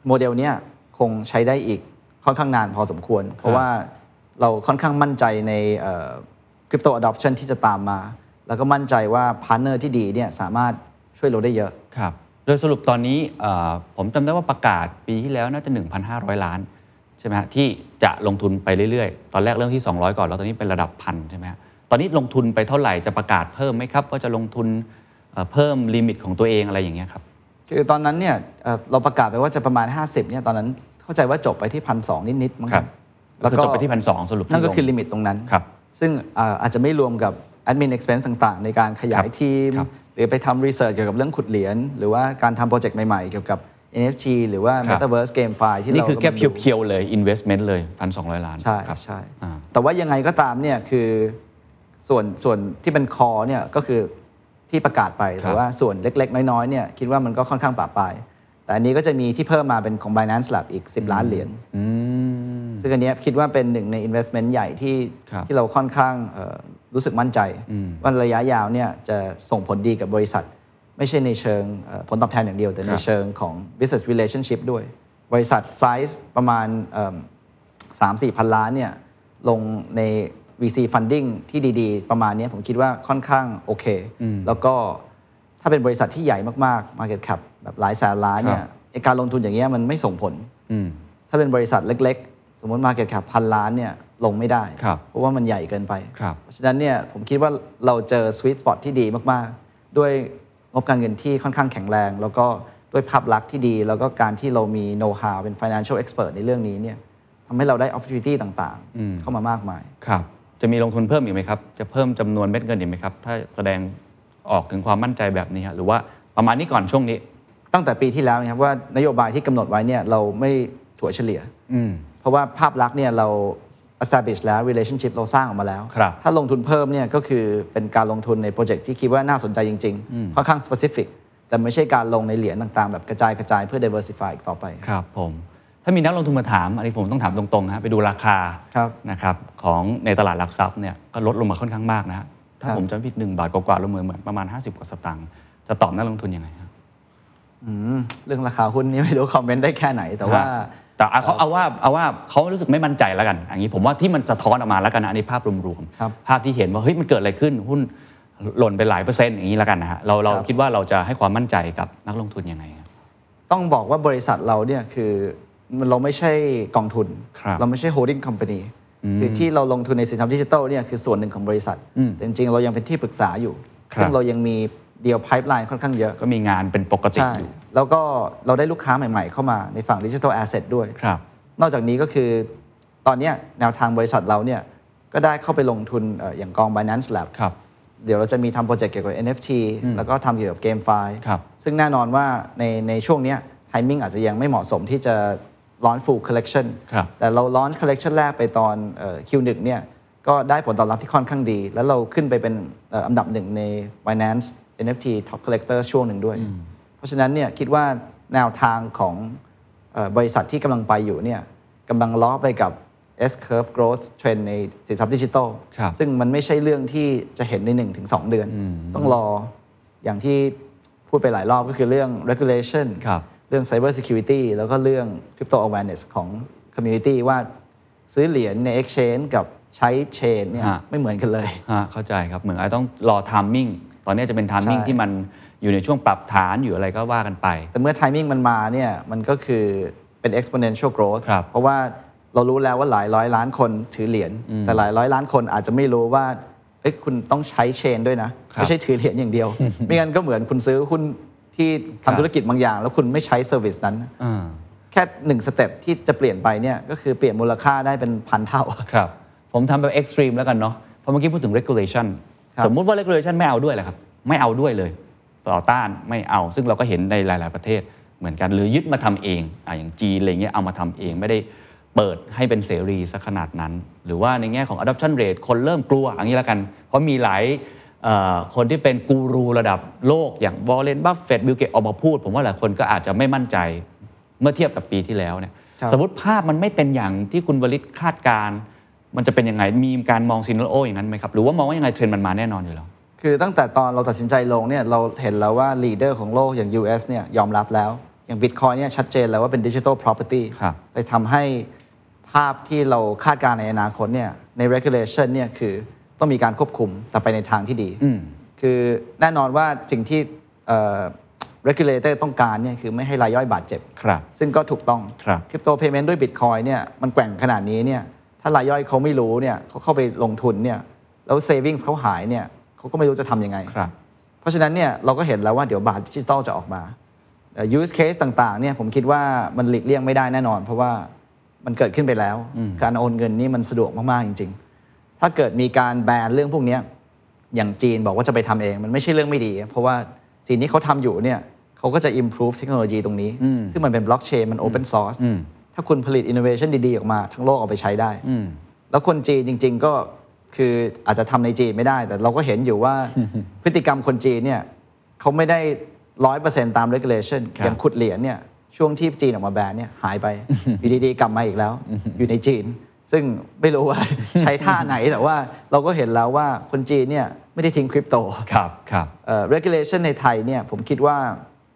B: โมเดลเนี้ยคงใช้ได้อีกค่อนข้างนานพอสมควร เพราะว่าเราค่อนข้างมั่นใจในคริปโตอะดอปชันที่จะตามมา แล้วก็มั่นใจว่าพาร์เนอร์ที่ดีเนี่ยสามารถช่วยเราได้เยอะ
A: ครับโดยสรุปตอนนี้เอ่อผมจำได้ว่าประกาศปีที่แล้วน่าจะ 1,500 ล้านใช่ไหมฮะที่จะลงทุนไปเรื่อยๆ ตอนแรกเริ่มที่ 200 ก่อนแล้วตอนนี้เป็นระดับพันใช่ไหมฮะตอนนี้ลงทุนไปเท่าไหร่จะประกาศเพิ่มไหมครับ ว่าจะลงทุนเอ่อเพิ่มลิมิตของตัวเองอะไรอย่างเงี้ยครับ
B: คือตอนนั้นเนี่ยเอ่อเราประกาศไปว่าจะประมาณ 50เนี่ยตอนนั้นเข้าใจว่าจบไปที่พันสองนิดๆมั้ง
A: ครับ
B: แล้ว
A: คื
B: ก็
A: อจบไปที่1,200สรุปที่
B: นั่นก็คือ
A: ลง
B: ลิมิตตรงนั้น
A: ครับ
B: ซึ่งเอ่ออาจจะไม่รวมกับ admin expense ต่างๆ ในการขยา
A: ค
B: ย
A: รับ
B: ทีม
A: ครับ
B: รือไปทำรีเสิร์ชเกี่ยวกับเรื่องขุดเหรียญหรือว่าการทำโปรเจกต์ใหม่ๆ เกี่ยวกับ NFT หรือว่า
A: ครับ
B: Metaverse Game File ที่เรา
A: นี่คือแค่
B: กำลังดู
A: เพียวๆเลย investment เลย 1,200 ล้าน
B: ใช่
A: ครับ
B: ใช่
A: อ่า
B: แต่ว่ายังไงก็ตามเนี่ยคือส่วนส่วนที่เป็นคอเนี่ยก็คือที่ประกาศไป
A: ครับ
B: แต่ว่าส่วนเล็ก ๆ น้อยๆเนี่ยคิดว่ามันก็ค่อนข้างปะปาย แต่อันนี้ก็จะมีที่เพิ่มมาเป็นของ Binance Lab อีก 10 ล้านเหรียญ
A: อืม
B: ซึ่งอันเนี้ยคิดว่าเป็นหนึ่งใน investment ใหญ่ที่
A: ครับ
B: ที่เราค่อนข้างเอ่อรู้สึกมั่นใจ ว่าระยะยาวเนี่ยจะส่งผลดีกับบริษัท ไม่ใช่ในเชิงเอ่อผลตอบแทนอย่างเดียว แต่
A: ค
B: ใน
A: รับ
B: เชิงของ business relationship ด้วย บริษัทไซส์ประมาณสามสี่พันล้านเนี่ยลงใน VC funding ที่ดีๆ ประมาณเนี้ยผมคิดว่าค่อนข้างโอเค แล้วก็ถ้าเป็นบริษัทที่ใหญ่มากๆ market cap แบบหลายแสนล้านเนี่
A: ค
B: ย
A: รับ
B: ไอ้การลงทุนอย่างเงี้ยมันไม่ส่งผล
A: อืม
B: ถ้าเป็นบริษัทเล็กๆ สมมติ Market Cap พันล้านเนี่ยลงไม่ได้
A: ครับ
B: เพราะว่ามันใหญ่เกินไป
A: ครับ
B: เพราะฉะนั้นเนี่ยผมคิดว่าเราเจอ sweet spot ที่ดีมากๆ ด้วยงบการเงินที่ค่อนข้างแข็งแรง แล้วก็ด้วยภาพลักษณ์ที่ดี แล้วก็การที่เรามี know how เป็น financial expert ในเรื่องนี้เนี่ยทำให้เราได้ opportunity ต่าง
A: อืม
B: ๆ เข้ามามากมาย
A: ครับ จะมีลงทุนเพิ่มอีกไหมครับ จะเพิ่มจำนวนเม็ดเงินอีกไหมครับ ถ้าแสดงออกถึงความมั่นใจแบบนี้ฮะหรือว่าประมาณนี้ก่อนช่วงนี้
B: ตั้งแต่ปีที่แล้วนะครับว่านโยบายที่กำหนดไว้เนี่ยเราไม่ถัวเฉลี่ย
A: อืม
B: เพราะว่าภาพลักษณ์เนี่ยเรา establish แล้ว relationship เราสร้างออกมาแล้ว
A: ครับ
B: ถ้าลงทุนเพิ่มเนี่ยก็คือเป็นการลงทุนในโปรเจกต์ที่คิดว่าน่าสนใจจริง ๆ ค่อนข้าง specific แต่ไม่ใช่การลงในเหรียญต่างๆ แบบกระจายกระจายเพื่อ diversify อีกต่อไป
A: ครับผม ถ้ามีนักลงทุนมาถาม อันนี้ผมต้องถามตรงๆนะฮะไปดูราคา
B: ครับ
A: นะครับของในตลาดหลักทรัพย์เนี่ยก็ลดลงมาค่อนข้างมากนะฮะถ้า
B: ครับ
A: ผมจำไม่ผิดหนึ่งบาทกว่าๆลงมาเหมือนประมาณ 50 กว่าสตางค์จะตอบนักลงทุนยังไงครับ
B: อืมเรื่องราคาหุ้นนี่ไม่รู้คอมเมนต์ได้แค่ไหน แต่ว่า
A: แต่เอาเขาเอาว่าเอาว่าเขารู้สึกไม่มั่นใจแล้วกันอย่างนี้ผมว่าที่มันสะท้อนออกมาแล้วกันนะอันนี้ภาพรวม
B: ครับ
A: ๆภาพที่เห็นว่าเฮ้ยมันเกิดอะไรขึ้นหุ้นหล่นไปหลายเปอร์เซ็นต์อย่างนี้แล้วกันนะฮะเราเรา
B: ครับ
A: คิดว่าเราจะให้ความมั่นใจกับนักลงทุนยังไงครับ
B: ต้องบอกว่าบริษัทเราเนี่ยคือมันเราไม่ใช่กองทุน
A: ครับ
B: เราไม่ใช่ holding company คือที่เราลงทุนในสินทรัพย์ดิจิทัลเนี่ยคือส่วนหนึ่งของบริษัท
A: อืม
B: แต่จริงๆ เรายังเป็นที่ปรึกษาอยู่
A: ครับ
B: ซึ่งเรายังมีเดียว pipeline ค่อนข้างเยอะ
A: ก็มีงานเป็นปกติ
B: ใช่
A: อยู่
B: แล้วก็เราได้ลูกค้าใหม่ ๆ เข้ามาในฝั่งดิจิทัลแอสเซทด้วย
A: ครับ
B: นอกจากนี้ก็คือตอนเนี้ยแนวทางบริษัทเราเนี่ยก็ได้เข้าไปลงทุนเอ่ออย่างกอง Binance Lab
A: ครับ
B: เดี๋ยวเราจะมีทำโปรเจกต์เกี่ยวกับ NFT แล้วก็ทำเกี่ยวกับเกมไฟล์
A: ครับ
B: ซึ่งแน่นอนว่าในในช่วงเนี้ยไทมิ่งอาจจะยังไม่เหมาะสมที่จะร้อนฟูลคอลเล t ชัน
A: ครับ
B: แต่เราร้อนคอลเล t ชันแรกไปตอนเอ่อ Q1 เนี่ยก็ได้ผลตอบรับที่ค่อนข้างดี แล้วเราขึ้นไปเป็นเอ่ออันดับหนึ่งใน Binance NFT Top Collector ช่วงหนึ่งด้วย เพราะฉะนั้นเนี่ยคิดว่าแนวทางของเอ่อบริษัทที่กำลังไปอยู่เนี่ยกำลังล้อไปกับ S curve growth trend ในสินทรัพย์ดิจิทัล
A: ครับ
B: ซึ่งมันไม่ใช่เรื่องที่จะเห็นใน1นถึงสเดือน ต้องรออย่างที่พูดไปหลายรอบก็คือเรื่อง regulation
A: ครับ
B: เรื่อง cyber security แล้วก็เรื่อง crypto awareness ของ community ว่าซื้อเหรียญใน exchange กับใช้ chain เนี่ย
A: ฮะ
B: ไม่เหมือนกันเลย
A: ฮะเข้าใจครับ เหมือนอาจต้องรอทามมิ่งตอนนี้จะเป็นทามมิ่ง
B: ใช่
A: ที่มันอยู่ในช่วงปรับฐานอยู่อะไรก็ว่ากันไป
B: แต่เมื่อ timing มันมาเนี่ยมันก็คือเป็น exponential growth
A: ครับ
B: เพราะว่าเรารู้แล้วว่าหลายร้อยล้านคนถือเหรียญ แต่หลายร้อยล้านคนอาจจะไม่รู้ว่าเอ้ยคุณต้องใช้เชนด้วยนะ
A: ครับ
B: ไม่ใช่ถือเหรียญ อย่างเดียว ไม่งั้นก็เหมือนคุณซื้อหุ้นที่
A: ครั
B: ทำ
A: บ
B: ธุรกิจบางอย่าง แล้วคุณไม่ใช้เซอร์วิสนั้น
A: อ่า
B: แค่หนึ่งสเต็ปที่จะเปลี่ยนไปเนี่ยก็คือเปลี่ยนมูลค่าได้เป็นพันเท่า
A: ครับ ผมทำแบบเอ็กซ์ตรีมแล้วกันเนาะเพราะเมื่อกี้พูดถึง regulation
B: ครับ
A: สมมุติว่า regulation ไม่เอาด้วยแหละครับ ไม่เอาด้วยเลย ต่อต้านไม่เอา ซึ่งเราก็เห็นในหลาย ๆ ประเทศเหมือนกันหรือยึดมาทำเองอ่ะอย่างจีนอะไรเงี้ยเอามาทำเองไม่ได้เปิดให้เป็นเสรีสักขนาดนั้น หรือว่าในแง่ของ adoption rate คนเริ่มกลัวอย่างนี้ละกัน เพราะมีหลายเอ่อคนที่เป็นกูรูระดับโลกอย่างวอลเลนบัฟเฟตบิลเกตออกมาพูด ผมว่าหลายคนก็อาจจะไม่มั่นใจเมื่อเทียบกับปีที่แล้วเนี่ย
B: ครับ
A: สมมติภาพมันไม่เป็นอย่างที่คุณวลิตคาดการณ์มันจะเป็นยังไง มีการมองซินโออย่างนั้นไหมครับ หรือว่ามองว่ายังไงเทรนด์มันมาแน่นอนอยู่แล้ว
B: คือตั้งแต่ตอนเราตัดสินใจลงเนี่ยเราเห็นแล้วว่าลีดเดอร์ของโลกอย่าง US เนี่ยยอมรับแล้ว อย่างบิตคอยเนี่ยชัดเจนแล้วว่าเป็นดิจิ t a ล property
A: ครับ
B: เลยทำให้ภาพที่เราคาดการณ์ในอนาคตเนี่ยใน regulation เนี่ยคือต้องมีการควบคุมแต่ไปในทางที่ดี
A: อืม
B: คือแน่นอนว่าสิ่งที่เอ่อ regulator ต้องการเนี่ยคือไม่ให้รายย่อยบาดเจ็บ
A: ครับ
B: ซึ่งก็ถูกต้อง
A: ครับ
B: คริปโตเพย์เมนต์ด้วยบิตคอยเนี่ยมันแกว่งขนาดนี้เนี่ยถ้ารายย่อยเขาไม่รู้เนี่ยเขาเข้าไปลงทุนเนี่ยแล้วเซฟิงส์เขาหายเนี่ยเขาก็ไม่รู้จะทำยังไง
A: ครับ
B: เพราะฉะนั้นเนี่ยเราก็เห็นแล้วว่าเดี๋ยวบาทดิจิตอลจะออกมาเอ่อ use case ต่างๆเนี่ยผมคิดว่ามันหลีกเลี่ยงไม่ได้แน่นอน เพราะว่ามันเกิดขึ้นไปแล้ว การโอนเงินนี่มันสะดวกมาก ๆ จริง ๆ ถ้าเกิดมีการแบนเรื่องพวกเนี้ย อย่างจีนบอกว่าจะไปทำเอง มันไม่ใช่เรื่องไม่ดี เพราะว่าสิ่งที่เขาทำอยู่เนี่ยเขาก็จะ improve เทคโนโลยีตรงนี้ ซึ่งมันเป็นบล็อกเชนมัน open source ถ้าคุณผลิต innovation ดี ๆ ออกมาทั้งโลกเอาไปใช้ได้ แล้วคนจีนจริง ๆ ก็คืออาจจะทำในจีนไม่ได้ แต่เราก็เห็น อยู่ว่า พฤติกรรมคนจีนเนี่ยเขาไม่ได้ร้อยเปอร์เซ็นต์ตาม regulation
A: ครับ
B: อย่างขุดเหรียญเนี่ยช่วงที่จีนออกมาแบนเนี่ยหายไป อยู่ดีๆกลับมาอีกแล้ว อยู่ในจีน ซึ่งไม่รู้ว่า ใช้ท่าไหนแต่ว่าเราก็เห็นแล้วว่าคนจีนเนี่ยไม่ได้ทิ้งคริปโต
A: ครับครับ
B: เอ่อ regulation ในไทยเนี่ยผมคิดว่า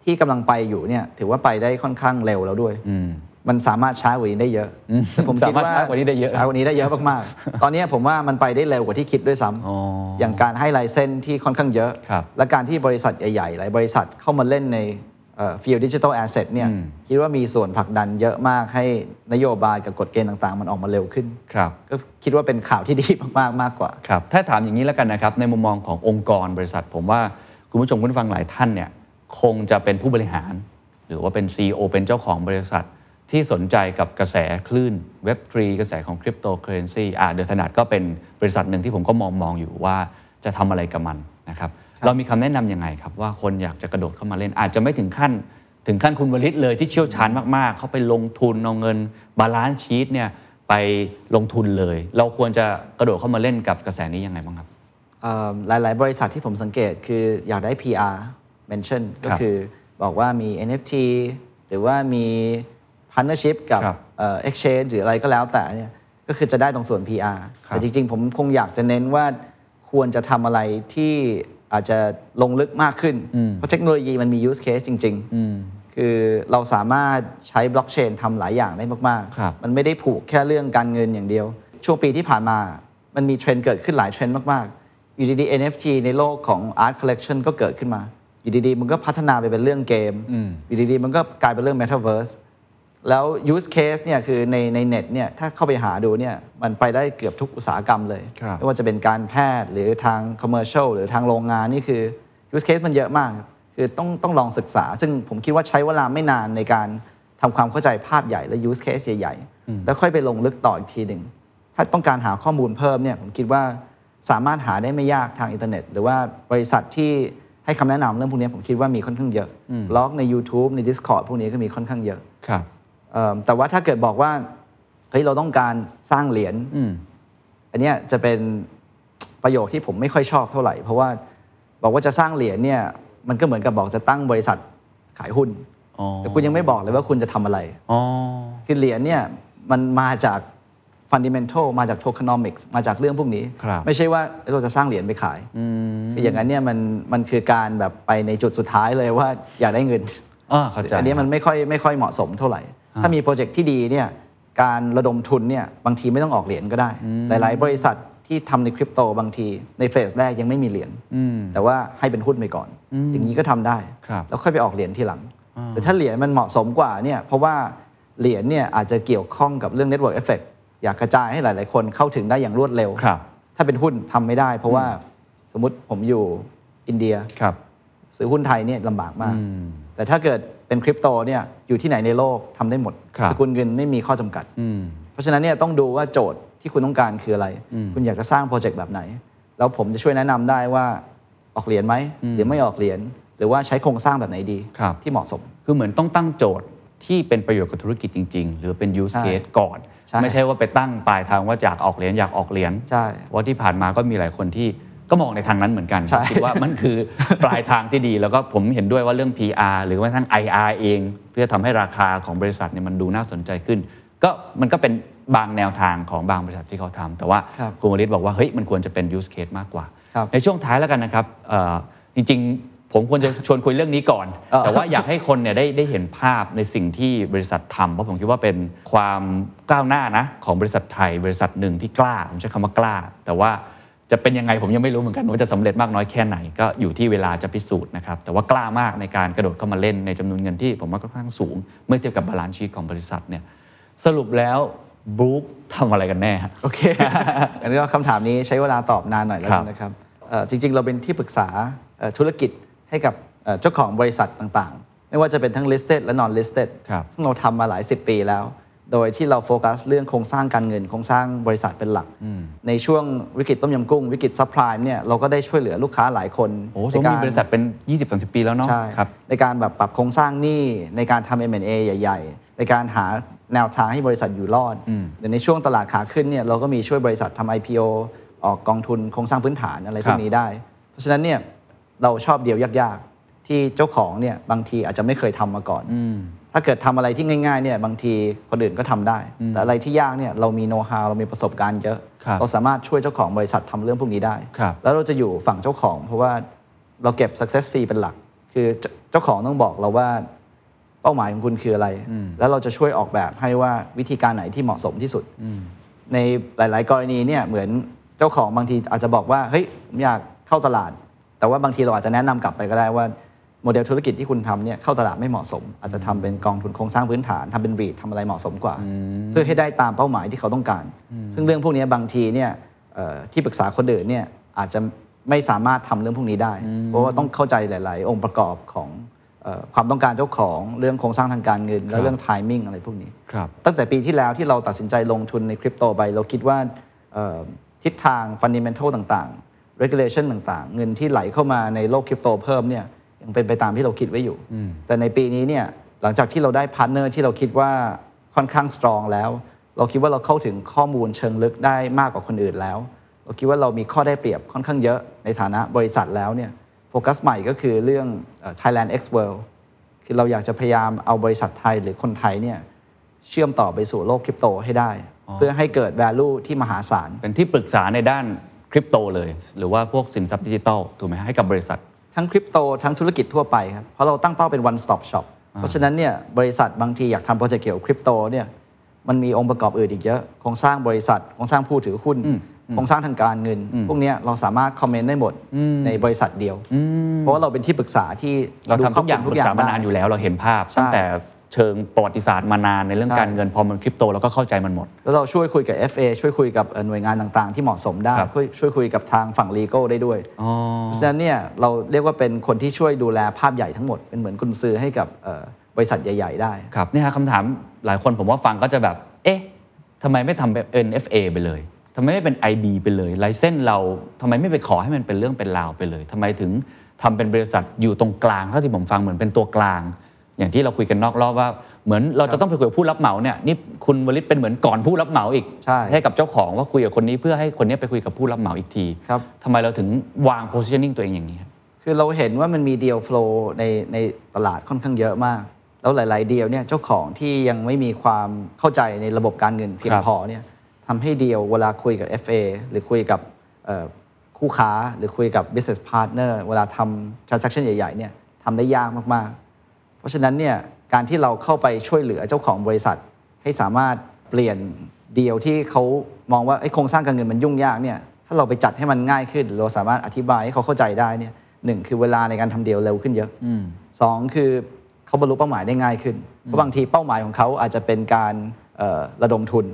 B: ที่กำลังไปอยู่เนี่ยถือว่าไปได้ค่อนข้างเร็วแล้วด้วยมันสามารถช้ากว่านี้ได้เยอะแต่ผมคิดว่า
A: สามารถช้ากว่านี้ได้เยอะ
B: ช้ากว่านี้ได้เยอะมาก ๆ ตอนเนี้ยผมว่ามันไปได้เร็วกว่าที่คิดด้วย
A: อ๋อ
B: ซ้ำ
A: อ
B: อย่างการให้ไลเซนที่ค่อนข้างเยอะ
A: ครับ
B: และการที่บริษัทใหญ่ๆ หลายบริษัทเข้ามาเล่นในฟิลดิจิทัลแอสเซทเนี่ย
A: อืม
B: คิดว่ามีส่วนผลักดันเยอะมากให้นโยบายกับกฎเกณฑ์ต่างๆ มันออกมาเร็วขึ้น
A: ครับ
B: ก็คิดว่าเป็นข่าวที่ดีมากๆมากกว่า
A: ครับถ้าถามอย่างนี้แล้วกันนะครับ ในมุมมองขององค์กรบริษัท ผมว่าคุณผู้ชมคุณผู้ฟังหลายท่านเนี่ยคงจะเป็นผู้บริหาร หรือว่าเป็น CEO เป็นเจ้าของบริษัท ที่สนใจกับกระแสคลื่นเว็บทรีกระแสของคริปโตเคอเรนซีอ่าเดอะถนัดก็เป็นบริษัทหนึ่งที่ผมก็มองมองอยู่ว่าจะทำอะไรกับมันนะครับ เรามีคำแนะนำยังไงครับ ว่าคนอยากจะกระโดดเข้ามาเล่น อาจจะไม่ถึงขั้น ถึงขั้นคุณวลิตเลยที่เชี่ยวชาญมาก ๆ เขาไปลงทุนเอาเงินบาลานซ์ชีตเนี่ยไปลงทุนเลย เราควรจะกระโดดเข้ามาเล่นกับกระแสนี้ยังไงบ้างครับ
B: เอ่อหลาย ๆ บริษัทที่ผมสังเกตคืออยากได้ PR mention ก็
A: ครับ
B: คือบอกว่ามี NFT หรือว่ามี partnership กับ
A: ครับ
B: เอ่อ exchange หรืออะไรก็แล้วแต่เนี่ยก็คือจะได้ตรงส่วน PR
A: ครับ
B: แต่จริง ๆ ผมคงอยากจะเน้นว่าควรจะทำอะไรที่อาจจะลงลึกมากขึ้น เพราะเทคโนโลยีมันมี use case จริง ๆ คือเราสามารถใช้บล็อกเชนทำหลายอย่างได้มาก
A: ครับ
B: มันไม่ได้ผูกแค่เรื่องการเงินอย่างเดียว ช่วงปีที่ผ่านมามันมีเทรนด์เกิดขึ้นหลายเทรนด์มาก ๆ อยู่ดีๆ NFT ในโลกของ Art Collection ก็เกิดขึ้นมา อยู่ดีๆ มันก็พัฒนาไปเป็นเรื่องเกม อยู่ดีๆ มันก็กลายเป็นเรื่อง Metaverse แล้ว use case เนี่ยคือในในเน็ตเนี่ยถ้าเข้าไปหาดูเนี่ยมันไปได้เกือบทุกอุตสาหกรรมเลย
A: ครับ
B: ไม่ว่าจะเป็นการแพทย์หรือทาง commercial หรือทางโรงงานนี่คือ use case มันเยอะมากครับคือต้องต้องลองศึกษา ซึ่งผมคิดว่าใช้เวลาไม่นานในการทำความเข้าใจภาพใหญ่และ use case ใหญ่ๆ แล้วค่อยไปลงลึกต่ออีกทีหนึ่ง ถ้าต้องการหาข้อมูลเพิ่มเนี่ยผมคิดว่าสามารถหาได้ไม่ยากทางอินเทอร์เน็ต หรือว่าบริษัทที่ให้คำแนะนำเรื่องพวกนี้ผมคิดว่ามีค่อนข้างเยอะบล็อกใน YouTube ใน Discord พวกนี้ก็มีค่อนข้างเยอะ
A: ครับ
B: เอิ่มแต่ว่าถ้าเกิดบอกว่าเฮ้ยเราต้องการสร้างเหรียญอันเนี้ยจะเป็นประโยคที่ผมไม่ค่อยชอบเท่าไหร่ เพราะว่าบอกว่าจะสร้างเหรียญเนี่ยมันก็เหมือนกับบอกจะตั้งบริษัทขายหุ้น
A: อ๋อ
B: แต่คุณยังไม่บอกเลยว่าคุณจะทำอะไร
A: อ๋อ
B: คือเหรียญเนี่ยมันมาจาก fundamental มาจาก tokenomics มาจากเรื่องพวกนี้
A: ครับ
B: ไม่ใช่ว่าเราจะสร้างเหรียญไปขายคืออย่างนั้นเนี่ยมันมันคือการแบบไปในจุดสุดท้ายเลยว่าอยากได้เงิน
A: อ่าเข้าใจ
B: อันนี้มันไม่ค่อยไม่ค่อยเหมาะสมเท่าไหร่ ถ้ามีโปรเจกต์ที่ดีเนี่ยการระดมทุนเนี่ยบางทีไม่ต้องออกเหรียญก็ได้ หลายๆ บริษัทที่ทำในคริปโตบางทีในเฟสแรกยังไม่มีเหรียญแต่ว่าให้เป็นหุ้นไปก่อน อย่างนี้ก็ทำได้
A: ครับ
B: แล้วค่อยไปออกเหรียญทีหลัง แต่ถ้าเหรียญมันเหมาะสมกว่าเนี่ยเพราะว่าเหรียญเนี่ยอาจจะเกี่ยวข้องกับเรื่อง Network Effect อยากกระจายให้หลาย ๆ คนเข้าถึงได้อย่างรวดเร็ว
A: ครับ
B: ถ้าเป็นหุ้นทำไม่ได้ เพราะว่าสมมติผมอยู่อินเดีย
A: ครับ
B: ซื้อหุ้นไทยเนี่ยลำบากมาก แต่ถ้าเกิดเป็นคริปโตเนี่ยอยู่ที่ไหนในโลกทำได้หมด
A: ครับ
B: สกุลเงินไม่มีข้อจำกัด เพราะฉะนั้นเนี่ยต้องดูว่าโจทย์ที่คุณต้องการคืออะไร คุณอยากจะสร้างโปรเจกต์แบบไหน แล้วผมจะช่วยแนะนำได้ว่าออกเหรียญไหม หรือไม่ออกเหรียญ หรือว่าใช้โครงสร้างแบบไหนดี
A: ครับ
B: ที่เหมาะสม
A: คือเหมือนต้องตั้งโจทย์ที่เป็นประโยชน์กับธุรกิจจริง ๆ หรือเป็น use
B: ใช่
A: case ก่อน
B: ใช่
A: ไม่ใช่ว่าไปตั้งปลายทางว่าอยากออกเหรียญอยากออกเหรียญ
B: ใช่
A: เพราะที่ผ่านมาก็มีหลายคนที่ก็มองในทางนั้นเหมือนกัน
B: ใช่
A: คิดว่ามันคือ ปลายทางที่ดี แล้วก็ผมเห็นด้วยว่าเรื่อง PR หรือแม้กระทั่ง IR เอง เพื่อทำให้ราคาของบริษัทเนี่ยมันดูน่าสนใจขึ้น ก็มันก็เป็นบางแนวทางของบางบริษัทที่เขาทำแต่ว่า
B: ครับ
A: คุณวริศบอกว่าเฮ้ยมันควรจะเป็น use case มากกว่า
B: ครับ
A: ในช่วงท้ายแล้วกันนะครับเอ่อจริงๆ ผมควรจะชวนคุยเรื่องนี้ก่อน
B: เออ
A: แต่ว่าอยากให้คนเนี่ยได้ได้เห็นภาพในสิ่งที่บริษัททำเพราะผมคิดว่าเป็นความก้าวหน้านะของบริษัทไทย บริษัทหนึ่งที่กล้า ผมใช้คำว่ากล้า แต่ว่าจะเป็นยังไงผมยังไม่รู้เหมือนกันว่าจะสำเร็จมากน้อยแค่ไหนก็อยู่ที่เวลาจะพิสูจน์นะครับแต่ว่ากล้ามากในการกระโดดเข้ามาเล่นในจำนวนเงินที่ผมว่าค่อนข้างสูง เมื่อเทียบกับบาลานซ์ชีตของบริษัทเนี่ยสรุปแล้วบรู๊คทำอะไรกันแน่ฮะ
B: โอเค อันนี้ก็คำถามนี้ใช้เวลาตอบนานหน่อยแล้วกันนะครับเอ่อจริงๆ เราเป็นที่ปรึกษาเอ่อธุรกิจให้กับเอ่อเจ้าของบริษัทต่างๆ ไม่ว่าจะเป็นทั้ง listed และ non listed
A: ครับ
B: ซึ่งเราทำมาหลาย 10 ปีแล้ว โดยที่เราโฟกัสเรื่องโครงสร้างการเงินโครงสร้างบริษัทเป็นหลัก ในช่วงวิกฤตต้มยำกุ้ง วิกฤตซับไพรม์เนี่ยเราก็ได้ช่วยเหลือลูกค้าหลายคน
A: โอ้โห
B: ใน
A: มีบริษัทเป็น 20-30 ปีแล้วเนาะ
B: ใช่
A: ครับ
B: ในการแบบปรับโครงสร้างหนี้ในการทำ M&A ใหญ่ ๆ ในการหาแนวทางให้บริษัทอยู่รอดเดี๋ยวในช่วงตลาดขาขึ้นเนี่ยเราก็มีช่วยบริษัททำ IPO ออกกองทุนโครงสร้างพื้นฐานอะไรพว
A: ครั
B: ก
A: บ
B: นี้ได้ เพราะฉะนั้นเนี่ยเราชอบเดียวยากๆ ที่เจ้าของเนี่ยบางทีอาจจะไม่เคยทำมาก่อน ถ้าเกิดทำอะไรที่ง่ายๆเนี่ยบางทีคนอื่นก็ทำได้ แต่อะไรที่ยากเนี่ยเรามีโน้ตฮาวเรามีประสบการณ์เยอะ
A: ครับ
B: เราสามารถช่วยเจ้าของบริษัททำเรื่องพวกนี้ได้
A: ครับ
B: แล้วเราจะอยู่ฝั่งเจ้าของ เพราะว่าเราเก็บ success fee เป็นหลัก คือเจเจ้าของต้องบอกเราว่าเป้าหมายของคุณคืออะไร แล้วเราจะช่วยออกแบบให้ว่าวิธีการไหนที่เหมาะสมที่สุด ในหลาย ๆ กรณีเนี่ยเหมือนเจ้าของบางทีอาจจะบอกว่าเฮ้ยผมอยากเข้าตลาด แต่ว่าบางทีเราอาจจะแนะนำกลับไปก็ได้ว่าโมเดลธุรกิจที่คุณทำเนี่ยเข้าตลาดไม่เหมาะสม อาจจะทำเป็นกองทุนโครงสร้างพื้นฐานทำเป็นรีดทำอะไรเหมาะสมกว่า เพื่อให้ได้ตามเป้าหมายที่เขาต้องการ ซึ่งเรื่องพวกนี้บางทีเนี่ยเอ่อที่ปรึกษาคนอื่นเนี่ยอาจจะไม่สามารถทำเรื่องพวกนี้ได้ เพราะว่าต้องเข้าใจหลาย ๆ องค์ประกอบของเอ่อความต้องการเจ้าของเรื่องโครงสร้างทางการเงินและเรื่อง timing อะไรพวกนี้
A: ครับ
B: ตั้งแต่ปีที่แล้วที่เราตัดสินใจลงทุนในคริปโตไป เราคิดว่าเอ่อทิศทาง fundamental ต่างๆ regulation ต่างๆ เงินที่ไหลเข้ามาในโลกคริปโตเพิ่มเนี่ยยังเป็นไปตามที่เราคิดไว้อยู่ แต่ในปีนี้เนี่ยหลังจากที่เราได้พาร์ทเนอร์ที่เราคิดว่าค่อนข้างสตรองแล้ว เราคิดว่าเราเข้าถึงข้อมูลเชิงลึกได้มากกว่าคนอื่นแล้ว เราคิดว่าเรามีข้อได้เปรียบค่อนข้างเยอะในฐานะบริษัทแล้วเนี่ยโฟกัสใหม่ก็คือเรื่องเอ่อ Thailand X World คือเราอยากจะพยายามเอาบริษัทไทยหรือคนไทยเนี่ย เชื่อมต่อไปสู่โลกคริปโตให้ได้ เพื่อให้เกิด value ที่มหาศาล
A: เป็นที่ปรึกษาในด้านคริปโตเลย หรือว่าพวกสินทรัพย์ดิจิทัลถูกไหมฮะให้กับบริษัท
B: ทั้งคริปโตทั้งธุรกิจทั่วไปครับ เพราะเราตั้งเป้าเป็น one stop shop เพราะฉะนั้นเนี่ยบริษัทบางทีอยากทำโปรเจกต์เกี่ยวกับคริปโตเนี่ยมันมีองค์ประกอบอื่นอีกเยอะโครงสร้างบริษัทโครงสร้างผู้ถือหุ้นโครงสร้างทางการเงิน พวกเนี้ยเราสามารถคอมเมนต์ได้หมดในบริษัทเดียว เพราะว่าเราเป็นที่ปรึกษาที่
A: เราทำทุกอย่าง
B: ดู
A: ป
B: ข้
A: รึ
B: มูล
A: กษามานาน
B: ได้
A: อยู่แล้วเราเห็นภาพ
B: ใช่
A: ตั้งแต่เชิงประวัติศาสตร์มานานในเรื่อง
B: ใช่
A: การเงินพอมันคริปโตเราก็เข้าใจมันหมด
B: แล้วเราช่วยคุยกับ FA ช่วยคุยกับเอ่อหน่วยงานต่างๆ ที่เหมาะสมได้
A: ครับ
B: ช่วยช่วยคุยกับทางฝั่ง legal ได้ด้วย
A: อ๋อ
B: เพราะฉะนั้นเนี่ยเราเรียกว่าเป็นคนที่ช่วยดูแลภาพใหญ่ทั้งหมด เป็นเหมือนกุญซือให้กับเอ่อบริษัทใหญ่ ๆ ได้
A: ครับเนี่ยฮะคำถามหลายคนผมว่าฟังก็จะแบบ เอ๊ะทำไมไม่ทำเป็น NFA ไปเลยทำไมไม่เป็น IB ไปเลยไลเซนเราทำไมไม่ไปขอให้มันเป็นเรื่องเป็นราวไปเลยทำไมถึงทำเป็นบริษัทอยู่ตรงกลางเท่าที่ผมฟังเหมือนเป็นตัวกลาง อย่างที่เราคุยกันนอกรอบว่า เหมือนเราจะต้องไปคุยกับผู้รับเหมาเนี่ยนี่คุณวลิตเป็นเหมือนก่อนผู้รับเหมาอีก
B: ใช่
A: กับเจ้าของว่าคุยกับคนนี้เพื่อให้คนนี้ไปคุยกับผู้รับเหมาอีกที
B: ครับ
A: ทำไมเราถึงวาง positioning ตัวเองอย่างนี้ครับ
B: คือเราเห็นว่ามันมีเดีย l โฟลในในตลาดค่อนข้างเยอะมาก แล้วหลาย ๆ เดียเนี่ยเจ้าของที่ยังไม่มีความเข้าใจในระบบการเงินเพียง
A: ครับ
B: พอเนี่ยทำให้เดียเวลาคุยกับ FA หรือคุยกับเอ่อคู่ค้าหรือคุยกับ business partner เวลาทำ transaction ใหญ่ ๆ เนี่ยทำได้ยากมาก ๆ เพราะฉะนั้นเนี่ยการที่เราเข้าไปช่วยเหลือเจ้าของบริษัท ให้สามารถเปลี่ยนเดียวที่เขามองว่าไอ้โครงสร้างการเงินมันยุ่งยากเนี่ยถ้าเราไปจัดให้มันง่ายขึ้น เราสามารถอธิบายให้เขาเข้าใจได้เนี่ยหนึ่งคือเวลาในการทำเดียวเร็วขึ้นเยอะสองคือเขาบรรลุเป้าหมายได้ง่ายขึ้นเพราะบางทีเป้าหมายของเขาอาจจะเป็นการเอ่อระดมทุน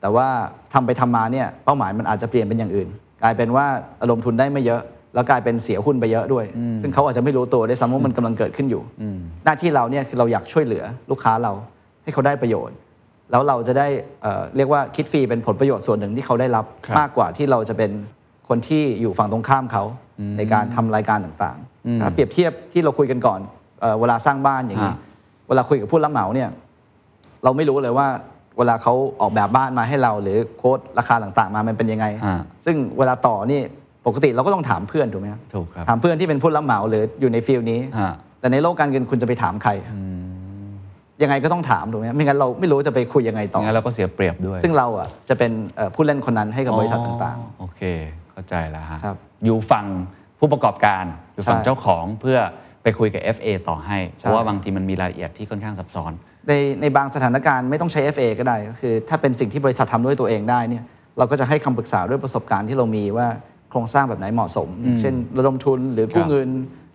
B: แต่ว่าทำไปทำมาเนี่ยเป้าหมายมันอาจจะเปลี่ยนเป็นอย่างอื่น กลายเป็นว่าอารมณ์ทุนได้ไม่เยอะ แล้วกลายเป็นเสียหุ้นไปเยอะด้วย ซึ่งเขาอาจจะไม่รู้ตัวได้วยซ้ำว่ามันกำลังเกิดขึ้นอยู่ หน้าที่เราเนี่ยคือเราอยากช่วยเหลือลูกค้าเราให้เขาได้ประโยชน์ แล้วเราจะได้เอ่อเรียกว่าคิดฟรีเป็นผลประโยชน์ส่วนหนึ่งที่เขาได้รับ
A: ครับ
B: มากกว่าที่เราจะเป็นคนที่อยู่ฝั่งตรงข้ามเขาในการทำรายการต่างๆถ้าเปรียบเทียบที่เราคุยกันก่อนเอ่อเวลาสร้างบ้านอย่างนี้เวลาคุยกับผู้รับเหมาเนี่ย เราไม่รู้เลยว่าเวลาเขาออกแบบบ้านมาให้เรา หรือโค้ดราคาต่างๆมามันเป็นยังไง
A: อ่า
B: ซึ่งเวลาต่อนี่ปกติเราก็ต้องถามเพื่อนถูกไหมครับ
A: ถูกครับ
B: ถามเพื่อนที่เป็นผู้รับเหมาหรืออยู่ในฟิลนี้
A: อ่า
B: แต่ในโลกการเงินคุณจะไปถามใครยังไงก็ต้องถามถูกไหมครับไม่งั้นเราไม่รู้จะไปคุยยังไงต่อ
A: งั้นเราก็เสียเปรียบด้วย
B: ซึ่งเราอ่ะจะเป็นเอ่อผู้เล่นคนนั้นให้กับบริษัท
A: อ๋อ
B: ต่าง
A: โอเค เข้าใจแล้วฮะ
B: ครับ
A: อยู่ฝั่งผู้ประกอบการ อยู่ฝั่ง
B: ใช่
A: เจ้าของเพื่อไปคุยกับ FA ต่อให้ เพ
B: ใช่
A: ราะว่าบางทีมันมีรายละเอียดที่ค่อนข้างซับซ้อน
B: ๆ ในในบางสถานการณ์ไม่ต้องใช้ FA ก็ได้ก็คือ ถ้าเป็นสิ่งที่บริษัททำด้วยตัวเองได้เนี่ยเราก็จะให้คำปรึกษาด้วยประสบการณ์ที่เรามีว่าโครงสร้างแบบไหนเหมาะสมอย่างเช่น ระดมทุนหรือ
A: ค
B: กู้
A: รับ
B: เงิน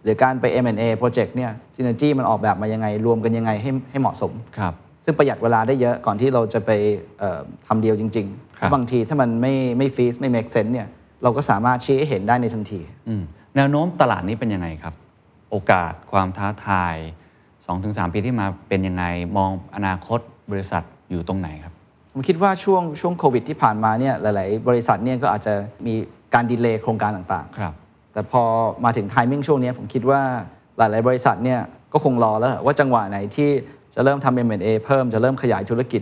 B: หรือการไป M&A โปรเจกต์เนี่ยซีเนจีมันออกแบบมายังไง รวมกันยังไงให้ให้เหมาะสม
A: ครับ
B: ซึ่งประหยัดเวลาได้เยอะก่อนที่เราจะไปเอ่อทำเดียวจริงๆ
A: ครับ
B: เพราะบางทีถ้ามันไม่ไม่ฟีสไม่ make sense เนี่ยเราก็สามารถชี้ให้เห็นได้ในทันที
A: อืมแนวโน้มตลาดนี้เป็นยังไงครับ โอกาสความท้าทาย 2-3 ปีที่มาเป็นยังไง มองอนาคตบริษัท อยู่ตรงไหนครับ
B: ผมคิดว่าช่วงช่วงโควิดที่ผ่านมาเนี่ยหลาย ๆ บริษัทเนี่ยก็อาจจะมีการดีเลย์โครงการต่าง ๆ
A: ครับ
B: แต่พอมาถึงไทมิ่งช่วงนี้ผมคิดว่าหลาย ๆ บริษัทเนี่ยก็คงรอแล้วแหละว่าจังหวะไหนที่จะเริ่มทำ M&A เพิ่มจะเริ่มขยายธุรกิจ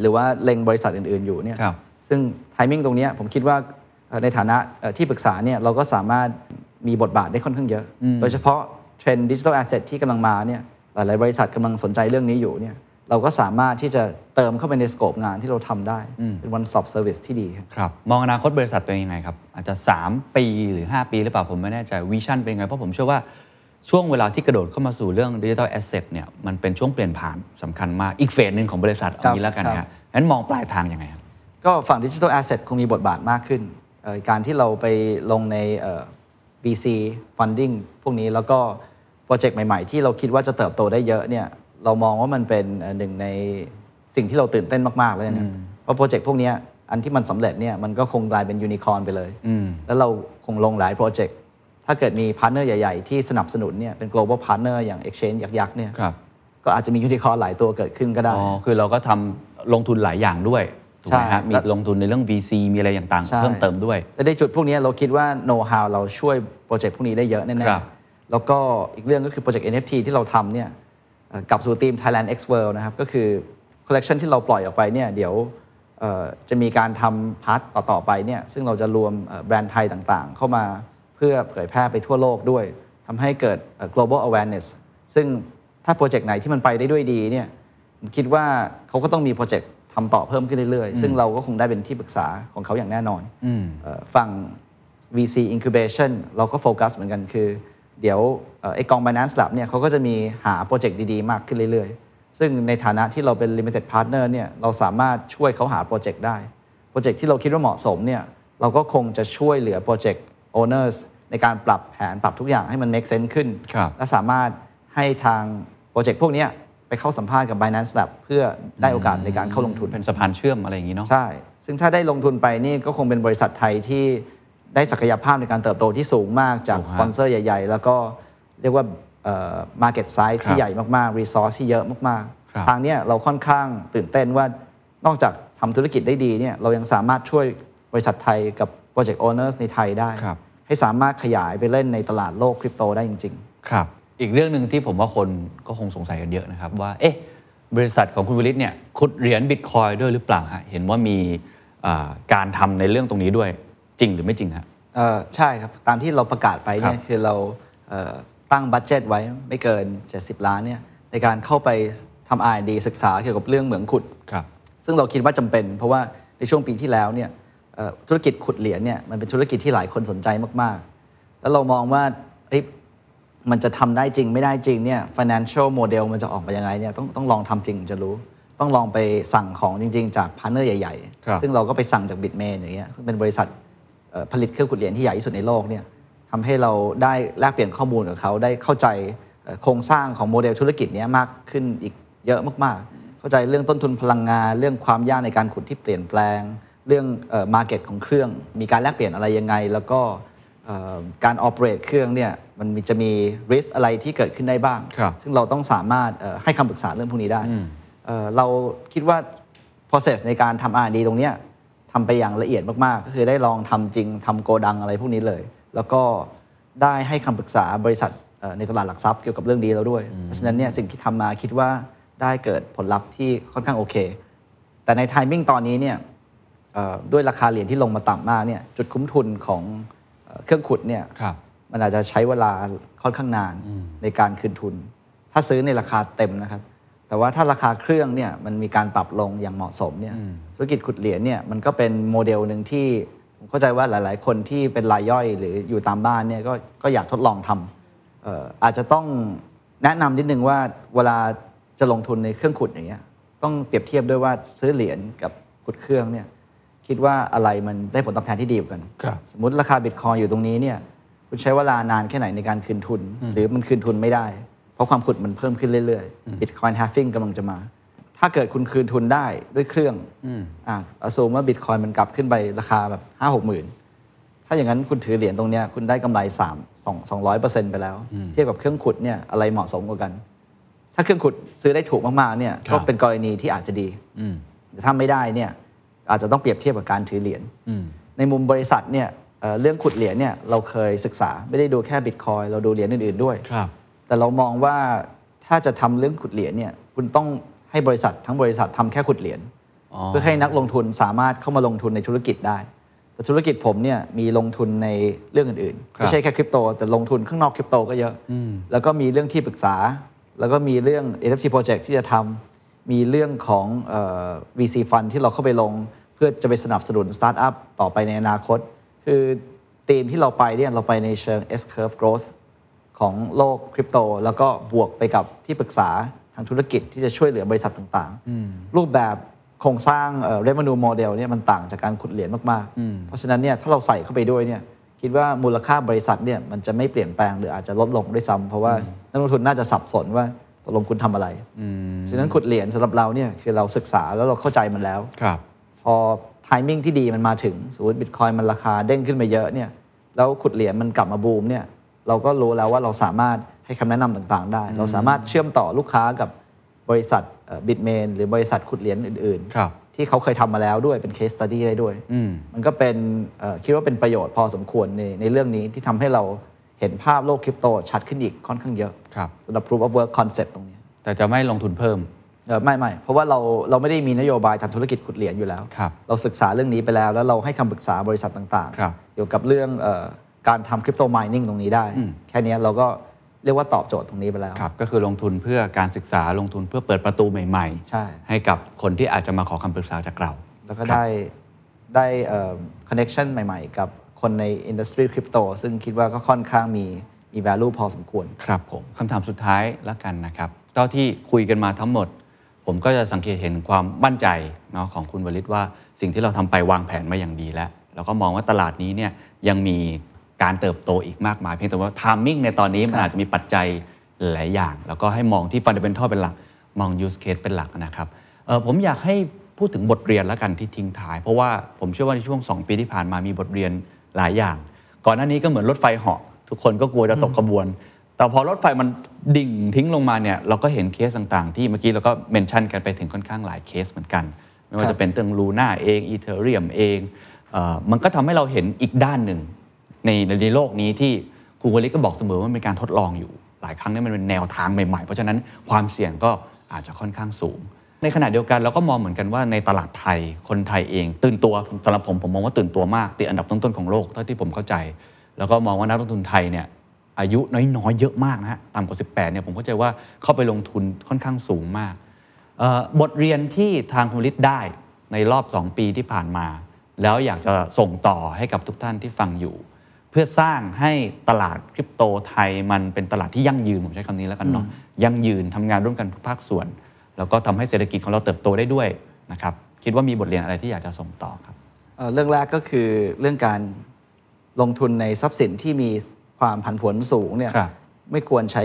B: หรือว่าเล็งบริษัทอื่น ๆ อยู่เนี่ย
A: ครับ
B: ซึ่งไทมิ่งตรงเนี้ยผมคิดว่าเอ่อในฐานะเอ่อที่ปรึกษาเนี่ยเราก็สามารถมีบทบาทได้ค่อนข้างเยอะ โดยเฉพาะเทรนด์ดิจิทัลแอสเซทที่กำลังมาเนี่ยหลาย ๆ บริษัทกำลังสนใจเรื่องนี้อยู่เนี่ยเราก็สามารถที่จะเติมเข้าไปในสโคปงานที่เราทำได้เป็น one stop service ที่ดีครับ
A: ครับ มองอนาคตบริษัทตัวเองยังไงครับ อาจจะ 3 ปีหรือ 5 ปีหรือเปล่าผมไม่แน่ใจวิชั่นเป็นยังไง เพราะผมเชื่อว่าช่วงเวลาที่กระโดดเข้ามาสู่เรื่องดิจิทัลแอสเซทเนี่ยมันเป็นช่วงเปลี่ยนผ่านสำคัญมาก อีกเฟสหนึ่งของบริษัทเอา
B: ครับ
A: งี้แล้วกัน
B: ครั
A: ฮะ
B: บ
A: งั้นมองปลายทางยังไงครับ
B: ก็ฝั่งดิจิทัลแอสเซทคงมีบทบาทมากขึ้นเอ่อการที่เราไปลงในเอ่อ VC funding พวกนี้แล้วก็โปรเจกต์ใหม่ ๆ ที่เราคิดว่าจะเติบโตได้เยอะเนี่ยเรามองว่ามันเป็นเอ่อหนึ่งในสิ่งที่เราตื่นเต้นมากๆเลยนะเพราะโปรเจกต์พวกเนี้ยอันที่มันสำเร็จเนี่ยมันก็คงกลายเป็นยูนิคอร์นไปเลย แล้วเราคงลงหลายโปรเจกต์ถ้าเกิดมีพาร์ทเนอร์ใหญ่ ๆ ที่สนับสนุนเนี่ยเป็น global partner อย่าง exchange ยักษ์ๆเนี่ย
A: ครับ
B: ก็อาจจะมียูนิคอร์นหลายตัวเกิดขึ้นก็ได้
A: อ๋อ คือเราก็ทำลงทุนหลายอย่างด้วยถูกไหม
B: ใช่
A: ฮะมี
B: แล้ว
A: ลงทุนในเรื่อง VC มีอะไรต่างๆ
B: ใช่
A: เพิ่มเติมด้วย
B: และในจุดพวกนี้เราคิดว่าโน้ตฮาวเราช่วยโปรเจกต์พวกนี้ได้เยอะแน่
A: ครับ
B: ๆ แล้วก็อีกเรื่องก็คือโปรเจกต์ NFT ที่เราทำเนี่ยเอ่อกลับสู่ทีม Thailand X World นะครับ ก็คือคอลเล t ชันที่เราปล่อยออกไปเนี่ยเดี๋ยวเอ่อจะมีการทำพาร์ทต่อ ๆ ไปเนี่ยซึ่งเราจะรวมเอ่อแบรนด์ไทยต่างๆ เข้ามาเพื่อเผยแพร่ไปทั่วโลกด้วยทำให้เกิดเอ่อ global awareness ซึ่งถ้าโปรเจกต์ไหนที่มันไปได้ด้วยดีเนี่ย ผมคิดว่าเขาก็ต้องมีโปรเจกต์ทำต่อเพิ่มขึ้นเรื่อย ๆ ซึ่งเราก็คงได้เป็นที่ปรึกษาของเขาอย่างแน่นอนเอ่อฝั่ง VC incubation เราก็โฟกัสเหมือนกันคือ เดี๋ยวเอ่อไอกอง Binance Lab เนี่ยเขาก็จะมีหาโปรเจกต์ดี ๆ มากขึ้นเรื่อย ๆ ซึ่งในฐานะที่เราเป็น limited partner เนี่ยเราสามารถช่วยเขาหาโปรเจกต์ได้ โปรเจกต์ที่เราคิดว่าเหมาะสมเนี่ยเราก็คงจะช่วยเหลือโปรเจกต์ owners ในการปรับแผนปรับทุกอย่างให้มัน make sense ขึ้น
A: ครับ
B: และสามารถให้ทางโปรเจกต์พวกเนี้ยไปเข้าสัมภาษณ์กับ Binance Lab เพื่อได้โอกาสในการเข้าลงทุน
A: เป็นสะพานเชื่อมอะไรอย่างนี้เนาะ
B: ใช่ ซึ่งถ้าได้ลงทุนไปนี่ก็คงเป็นบริษัทไทยที่ได้ศักยภาพในการเติบโตที่สูงมากจาก
A: ถูกฮะ
B: สปอนเซอร์ใหญ่ ๆ แล้วก็เรียกว่าเอ่อ market size
A: ครับ
B: ที่ใหญ่มาก ๆ resource ที่เยอะมาก
A: ครับ
B: ๆ ทางเนี้ยเราค่อนข้างตื่นเต้นว่านอกจากทำธุรกิจได้ดีเนี่ยเรายังสามารถช่วยบริษัทไทยกับ project owners ในไทยได้ ให้สามารถขยายไปเล่นในตลาดโลกคริปโตได้จริง ๆ
A: ครับ อีกเรื่องหนึ่งที่ผมว่าคนก็คงสงสัยกันเยอะนะครับ ว่า เอ๊ะ บริษัทของคุณวิลิตเนี่ยขุดเหรียญบิตคอยด้วยหรือเปล่าฮะเห็นว่ามีอ่าการทำในเรื่องตรงนี้ด้วยจริงหรือไม่จริงฮะ
B: เอ่อใช่ครับ ตามที่เราประกาศไป
A: ค
B: เนี่
A: รั
B: ย
A: บ
B: คือเราเอ่อตั้งบัตเจตไว้ไม่เกิน 70 ล้านเนี่ยในการเข้าไปทำ R&D ศึกษาเกี่ยวกับเรื่องเหมืองขุด
A: ครับ
B: ซึ่งเราคิดว่าจำเป็น เพราะว่าในช่วงปีที่แล้วเนี่ยเอ่อธุรกิจขุดเหรียญเนี่ยมันเป็นธุรกิจที่หลายคนสนใจมาก ๆ แล้วเรามองว่าเอ้ยมันจะทำได้จริงไม่ได้จริงเนี่ย financial model มันจะออกมายังไงเนี่ยต้องต้องลองทำจริงถึงจะรู้ ต้องลองไปสั่งของจริง ๆ จากพาร์ทเนอร์ใหญ่
A: ครับ
B: ๆ ซึ่งเราก็ไปสั่งจากบิตเมนอย่างเงี้ยซึ่งเป็นบริษัท เอ่อผลิตเครื่องขุดเหรียญที่ใหญ่ที่สุดในโลกเนี่ยทำให้เราได้แลกเปลี่ยนข้อมูลกับเขาได้เข้าใจเอ่อโครงสร้างของโมเดลธุรกิจเนี้ยมากขึ้นอีกเยอะมากๆ เข้าใจเรื่องต้นทุนพลังงาน เรื่องความยากในการขุดที่เปลี่ยนแปลง เรื่องมาร์เก็ตของเครื่อง มีการแลกเปลี่ยนอะไรยังไง แล้วก็เอ่อการออ e เรตเครื่องเนี่ยมันมีจะมี risk อะไรที่เกิดขึ้นได้บ้าง
A: ครับ
B: ซึ่งเราต้องสามารถเอ่อให้คำปรึกษาเรื่องพวกนี้ได้เอ่อเราคิดว่า process ในการทำ R&D ตรงเนี้ยทำไปอย่างละเอียดมาก ๆ ก็คือได้ลองทำจริงทำโกดังอะไรพวกนี้เลย แล้วก็ได้ให้คำปรึกษาบริษัทเอ่อในตลาดหลักทรัพย์เกี่ยวกับเรื่องนี้แล้วด้วย เพราะฉะนั้นเนี่ยสิ่งที่ทำมาคิดว่าได้เกิดผลลัพธ์ที่ค่อนข้างโอเค แต่ในไทมิ่งตอนนี้เนี่ย เอ่อด้วยราคาเหรียญที่ลงมาต่ำมากเนี่ยจุดคุ้มทุนของเอ่อเครื่องขุดเนี่ย
A: ครับ
B: มันอาจจะใช้เวลาค่อนข้างนานในการคืนทุน ถ้าซื้อในราคาเต็มนะครับ แต่ว่าถ้าราคาเครื่องเนี่ยมันมีการปรับลงอย่างเหมาะสมเนี่ยธุรกิจขุดเหรียญเนี่ยมันก็เป็นโมเดลหนึ่งที่ผมเข้าใจว่าหลาย ๆ คนที่เป็นรายย่อยหรืออยู่ตามบ้านเนี่ยก็ก็อยากทดลองทำเอ่ออาจจะต้องแนะนำนิดนึงว่าเวลาจะลงทุนในเครื่องขุดอย่างเงี้ยต้องเปรียบเทียบด้วยว่าซื้อเหรียญกับขุดเครื่องเนี่ย คิดว่าอะไรมันได้ผลตอบแทนที่ดีกว่ากัน
A: ครับ
B: สมมติราคาบิตคอยอยู่ตรงนี้เนี่ยคุณใช้เวลานานแค่ไหนในการคืนทุน หรือมันคืนทุนไม่ได้ เพราะความขุดมันเพิ่มขึ้นเรื่อยๆบิตคอยน์ a l ฟ i n g กำลังจะมา ถ้าเกิดคุณคืนทุนได้ด้วยเครื่องอ่าอสูมว่าบิตคอยมันกลับขึ้นไปราคาแบบห้าหกหมื่น ถ้าอย่างนั้นคุณถือเหรียญตรงเนี้ยคุณได้กำไร3 2 200 ไปแล้ว เทียบกับเครื่องขุดเนี่ยอะไรเหมาะสมกว่ากัน ถ้าเครื่องขุดซื้อได้ถูกมากๆเนี่ย
A: ครั
B: ก็
A: บ
B: เป็นกรณีที่อาจจะดีแต่ถ้าไม่ได้เนี่ยอาจจะต้องเปรียบเทียบกับการถือเหรียญในมุมบริษัทเนี่ยเอ่อเรื่องขุดเหรียญเนี่ยเราเคยศึกษาไม่ได้ดูแค่บิตคอยเราดูเหรียญอื่นๆด้วย
A: ครับ
B: แต่เรามองว่าถ้าจะทำเรื่องขุดเหรียญเนี่ยคุณต้องให้บริษัททั้งบริษัททำแค่ขุดเหรียญ
A: อ๋อ
B: เพื่อให้นักลงทุนสามารถเข้ามาลงทุนในธุรกิจได้ แต่ธุรกิจผมเนี่ยมีลงทุนในเรื่องอื่นๆไม่ใช่แค่คริปโต แต่ลงทุนข้างนอกคริปโตก็เยอะแล้วก็มีเรื่องที่ปรึกษา แล้วก็มีเรื่อง NFT project ที่จะทำมีเรื่องของเอ่อ VC fund ที่เราเข้าไปลง เพื่อจะไปสนับสนุนสตาร์ทอัพต่อไปในอนาคต คือธีมที่เราไปเนี่ยเราไปในเชิง S curve growth ของโลกคริปโต แล้วก็บวกไปกับที่ปรึกษาทางธุรกิจที่จะช่วยเหลือบริษัทต่างๆ รูปแบบโครงสร้างเอ่อ revenue model เนี่ยมันต่างจากการขุดเหรียญมากๆ เพราะฉะนั้นเนี่ยถ้าเราใส่เข้าไปด้วยเนี่ยคิดว่ามูลค่าบริษัทเนี่ยมันจะไม่เปลี่ยนแปลงหรืออาจจะลดลงด้วยซ้ำเพราะว่านักลงทุนน่าจะสับสนว่าตกลงคุณทำอะไรฉะนั้นขุดเหรียญสำหรับเราเนี่ยคือเราศึกษาแล้วเราเข้าใจมันแล้ว
A: ครับ
B: พอไทมิ่งที่ดีมันมาถึงสมมติบิตคอยมันราคาเด้งขึ้นไปเยอะเนี่ยแล้วขุดเหรียญมันกลับมาบูมเนี่ยเราก็รู้แล้วว่าเราสามารถให้คำแนะนำต่างๆ ได้ เราสามารถเชื่อมต่อลูกค้ากับบริษัทบิตเมนหรือบริษัทขุดเหรียญอื่น
A: ครับ
B: ที่เขาเคยทำมาแล้วด้วยเป็นเคสตัดี้ได้ด้วย มันก็เป็นเอ่อคิดว่าเป็นประโยชน์พอสมควรในในเรื่องนี้ที่ทำให้เราเห็นภาพโลกคริปโตชัดขึ้นอีกค่อนข้างเยอะ
A: ครับ
B: สำหรับ proof of work concept ตรงเนี้ย
A: แต่จะไม่ลงทุนเพิ่ม
B: เอ่อไม่ไม่เพราะว่าเราเราไม่ได้มีนโยบายทำธุรกิจขุดเหรียญอยู่แล้ว
A: ครับ
B: เราศึกษาเรื่องนี้ไปแล้ว แล้วเราให้คำปรึกษาบริษัทต่าง
A: ครับ
B: เกี่ยวกับเรื่องเออการทำคริปโตม i n นิ่งตรงนี้ได้ แค่เนี้ยเราก็เรียกว่าตอบโจทย์ตรงนี้ไปแล้ว
A: ครับ ก็คือลงทุนเพื่อการศึกษาลงทุนเพื่อเปิดประตูใหม่ๆ
B: ใช่
A: กับคนที่อาจจะมาขอคำปรึกษาจากเรา
B: แล้วก็ได้ได้คอนเน็ชันใหม่ๆ กับคนในอินดัสทรีคริปโตซึ่งคิดว่าก็ค่อนข้างมีมี value พอสมควร
A: ครับผมคำถามสุดท้ายละกันนะครับเท่าที่คุยกันมาทั้งหมด ผมก็จะสังเกตเห็นความมั่นใจเนาะของคุณวลิตว่าสิ่งที่เราทำไปวางแผนมาอย่างดีแล้ว แล้วก็มองว่าตลาดนี้เนี่ยยังมีการเติบโตอีกมากมาย เพียงแต่ว่าทามมิ่งในตอนนี้มันอาจจะมีปัจจัยหลายอย่าง แล้วก็ให้มองที่ฟันเดเ e นทัลเป็นหลัก มองยูสเคสเป็นหลักนะครับเอ่อผมอยากให้พูดถึงบทเรียนละกันที่ทิ้งท้าย เพราะว่าผมเชื่อว่าในช่วงสองปีที่ผ่านมามีบทเรียนหลายอย่าง ก่อนหน้านี้ก็เหมือนรถไฟเหาะทุกคนก็กลัวจะตกขบวน แต่พอรถไฟมันดิ่งทิ้งลงมาเนี่ยเราก็เห็นเคสต่างๆ ที่เมื่อกี้เราก็เมนชั่นกันไปถึงค่อนข้างหลายเคสเหมือนกัน ไม่ว่า
B: ครับ
A: จะเป็นเรื่องลูน่าเองอีเทเรียมเองเออมันก็ทำให้เราเห็นอีกด้านหนึ่ง ในในโลกนี้ที่ครูวลิกก็บอกเสมอว่ามันเป็นการทดลองอยู่ หลายครั้งเนี่ยมันเป็นแนวทางใหม่ๆ เพราะฉะนั้นความเสี่ยงก็อาจจะค่อนข้างสูง ในขณะเดียวกันเราก็มองเหมือนกันว่าในตลาดไทยคนไทยเอง ตื่นตัวสำหรับผมผมมองว่าตื่นตัวมากติดอันดับต้นๆของโลกเท่าที่ผมเข้าใจ แล้วก็มองว่านักลงทุนไทยเนี่ย อายุน้อยๆ เยอะมากนะฮะต่ำกว่า 18เนี่ยผมเข้าใจว่าเข้าไปลงทุนค่อนข้างสูงมากเอ่อบทเรียนที่ทางคุณฤทธิ์ได้ในรอบ 2 ปีที่ผ่านมา แล้วอยากจะส่งต่อให้กับทุกท่านที่ฟังอยู่ เพื่อสร้างให้ตลาดคริปโตไทยมันเป็นตลาดที่ยั่งยืน ผมใช้คำนี้แล้วกันเนาะยั่งยืนทำงานร่วมกันทุกภาคส่วน แล้วก็ทำให้เศรษฐกิจของเราเติบโตได้ด้วยนะครับคิดว่ามีบทเรียนอะไรที่อยากจะส่งต่อครับ
B: เอ่อเรื่องแรกก็คือเรื่องการลงทุนในทรัพย์สินที่มีความผันผวนสูงเนี่ย
A: ครับ
B: ไม่ควรใช้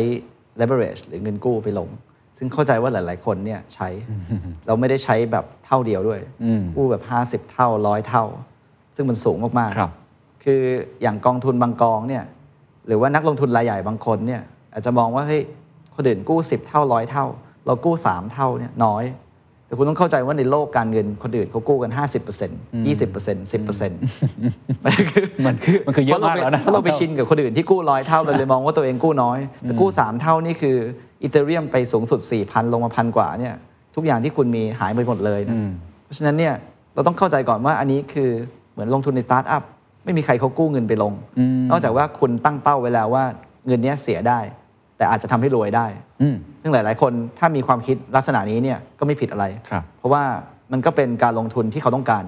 B: leverage หรือเงินกู้ไปลง ซึ่งเข้าใจว่าหลาย ๆ คนเนี่ยใช้ เราไม่ได้ใช้แบบเท่าเดียวด้วย กู้แบบ 50 เท่าร้อยเท่า ซึ่งมันสูงมาก ๆ
A: ครับ
B: คืออย่างกองทุนบางกองเนี่ยหรือว่านักลงทุนรายใหญ่บางคนเนี่ยอาจจะมองว่าเฮ้ยคนอื่นกู้ 10 เท่าร้อยเท่า เรากู้ 3 เท่าเนี่ยน้อย แต่คุณต้องเข้าใจว่าในโลกการเงินคนอื่นเขากู้กัน 50% 20% 10%มัน คือ
A: มันคือมันคือเยอะมากแล้วนะ
B: เพราะเราไปชินกับคนอื่นที่กู้ร้อยเท่าเราเลยมองว่าตัวเองกู้น้อย แต่กู้ 3 เท่านี่คืออีเทเรียมไปสูงสุด 4,000 ลงมาพันกว่าเนี่ยทุกอย่างที่คุณมีหายไปหมดเลยนะ เพราะฉะนั้นเนี่ยเราต้องเข้าใจก่อนว่าอันนี้คือเหมือนลงทุนในสตาร์ทอัพไม่มีใครเขากู้เงินไปลง นอกจากว่าคุณตั้งเป้าไว้แล้วว่าเงินเนี้ยเสียได้ แต่อาจจะทำให้รวยได้
A: อืม
B: ซึ่งหลาย ๆ คนถ้ามีความคิดลักษณะนี้เนี่ยก็ไม่ผิดอะไร
A: ครับ
B: เพราะว่ามันก็เป็นการลงทุนที่เขาต้องการ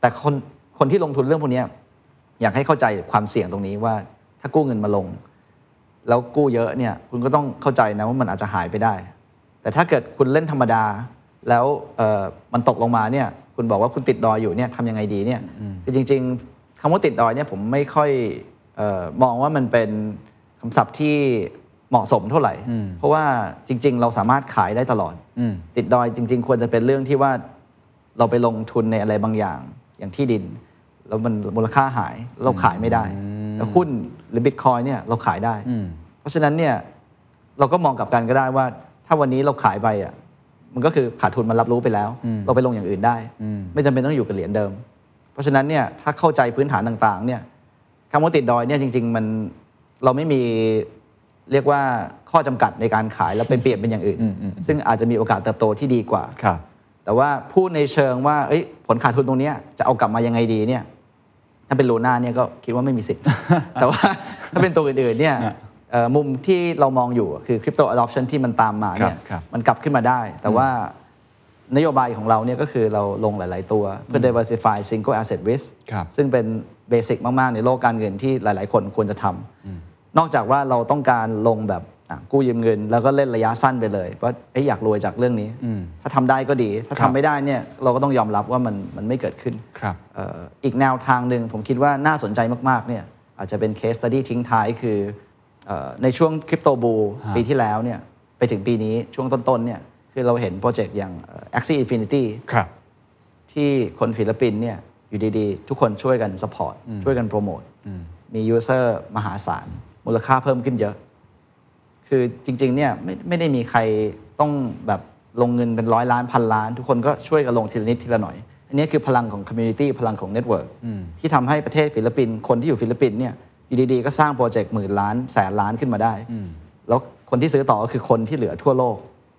B: แต่คนคนที่ลงทุนเรื่องพวกเนี้ยอยากให้เข้าใจความเสี่ยงตรงนี้ว่าถ้ากู้เงินมาลง แล้วกู้เยอะเนี่ยคุณก็ต้องเข้าใจนะว่ามันอาจจะหายไปได้ แต่ถ้าเกิดคุณเล่นธรรมดา แล้วเอ่อมันตกลงมาเนี่ยคุณบอกว่าคุณติดดอยอยู่เนี่ยทำยังไงดีเนี่ยคือจริง ๆคำว่าติดดอยเนี่ยผมไม่ค่อยเออมองว่ามันเป็นคำศัพท์ที่เหมาะสมเท่าไหร่ เพราะว่าจริง ๆ เราสามารถขายได้ตลอด
A: อืม
B: ติดดอยจริง ๆ ควรจะเป็นเรื่องที่ว่า เราไปลงทุนในอะไรบางอย่างอย่างที่ดิน แล้วมันมูลค่าหายเราขายไม่ได้ แต่หุ้นหรือบิตคอยเนี่ยเราขายได้ เพราะฉะนั้นเนี่ยเราก็มองกลับกันก็ได้ว่า ถ้าวันนี้เราขายไปอ่ะมันก็คือขาดทุนมันรับรู้ไปแล้ว เราไปลงอย่างอื่นได้ ไม่จำเป็นต้องอยู่กับเหรียญเดิม เพราะฉะนั้นเนี่ยถ้าเข้าใจพื้นฐานต่างๆเนี่ยคำว่าติดดอยเนี่ยจริง ๆ มันเราไม่มีเรียกว่าข้อจำกัดในการขายแล้วไปเปลี่ยนเป็นอย่างอื่น ซึ่งอาจจะมีโอกาสเติบโตที่ดีกว่า
A: ครับ
B: แต่ว่าพูดในเชิงว่าเอ้ยผลขาดทุนตรงเนี้ยจะเอากลับมายังไงดีเนี่ยถ้าเป็นโลน่าเนี่ยก็คิดว่าไม่มีสิทธิ์ แต่ว่าถ้าเป็นตัวอื่นๆเนี่ย เอ่อมุมที่เรามองอยู่คือคริปโตอะดอปชันที่มันตามมาเนี่ย
A: ครับครับ
B: มันกลับขึ้นมาได้ แต่ว่านโยบายของเราเนี่ยก็คือเราลงหลาย ๆ ตัวเพื่อ diversify single asset risk
A: ครับ
B: ซึ่งเป็นเบสิกมาก ๆ ในโลกการเงินที่หลาย ๆ คนควรจะทำ นอกจากว่าเราต้องการลงแบบอ่ะกู้ยืมเงิน แล้วก็เล่นระยะสั้นไปเลยว่าเอ้ยอยากรวยจากเรื่องนี้ ถ้าทำได้ก็ดี ถ้า
A: ครั
B: ทำ
A: บ
B: ไม่ได้เนี่ยเราก็ต้องยอมรับว่ามันมันไม่เกิดขึ้น
A: ครับ
B: เอ่ออีกแนวทางหนึ่งผมคิดว่าน่าสนใจมาก ๆ เนี่ยอาจจะเป็นเคส e ตัดี้ทิ้งท้ายคือเออในช่วงคริปโตบูปีที่แล้วเนี่ยไปถึงปีนี้ช่วงต้น ๆ เนี่ยคือเราเห็นโปรเจกต์อย่างเอ่อ Axie Infinity
A: ครับ
B: ที่คนฟิลิปปินส์เนี่ยอยู่ดี ๆ ทุกคนช่วยกันสปอร์ตช่วยกันโปรโมทมียูเซอร์มหาศาล มูลค่าเพิ่มขึ้นเยอะ คือจริง ๆ เนี่ยไม่ไม่ได้มีใครต้องแบบลงเงินเป็นร้อยล้านพันล้าน ทุกคนก็ช่วยกันลงทีละนิดทีละหน่อย อันนี้คือพลังของคอมมูนิตี้พลังของเน็ตเวิร์กที่ทำให้ประเทศฟิลิปปินส์คนที่อยู่ฟิลิปปินส์เนี่ยอยู่ดี ๆ ก็สร้างโปรเจกต์หมื่นล้านแสนล้านขึ้นมาได้ แล้วคนที่ซื้อต่อก็คือคนที่เหลือทั่วโลก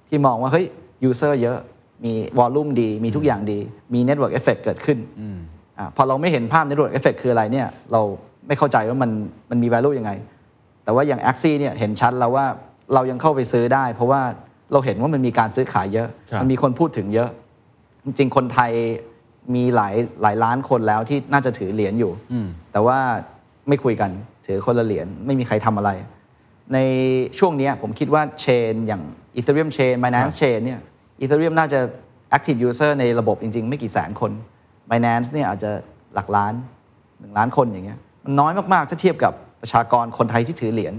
B: ที่มองว่าเฮ้ยยูเซอร์เยอะมีวอลลุ่มดีมีทุกอย่างดี มีเน็ตเวิร์กเอฟเฟกเกิดขึ้นอาพอเราไม่เห็นภาพเน็ตเวิร์กเอฟเฟกคืออะไรเนี่ยเราไม่เข้าใจว่ามันมันมี value ยังไง แต่ว่าอย่าง a x ซี่เนี่ยเห็นชัดแล้วว่าเรายังเข้าไปซื้อได้ เพราะว่าเราเห็นว่ามันมีการซื้อขายเยอะ
A: ครับ
B: มัมีคนพูดถึงเยอะ จริงๆ คนไทยมีหลายหลายล้านคนแล้วที่น่าจะถือเหรียญอยู่ แต่ว่าไม่คุยกันถือคนละเหรียญไม่มีใครทำอะไร ในช่วงเนี้ยผมคิดว่าเชนอย่าง Ethereum Chain Binance Chain เนี่ย Ethereum น่าจะ active user ในระบบจริง ๆ ไม่กี่แสนคน Binance เนี่ยอาจจะหลักล้าน 1 ล้านคนอย่างเงี้ยมันน้อยมาก ๆ ถ้าเทียบกับประชากรคนไทยที่ถือเหรียญ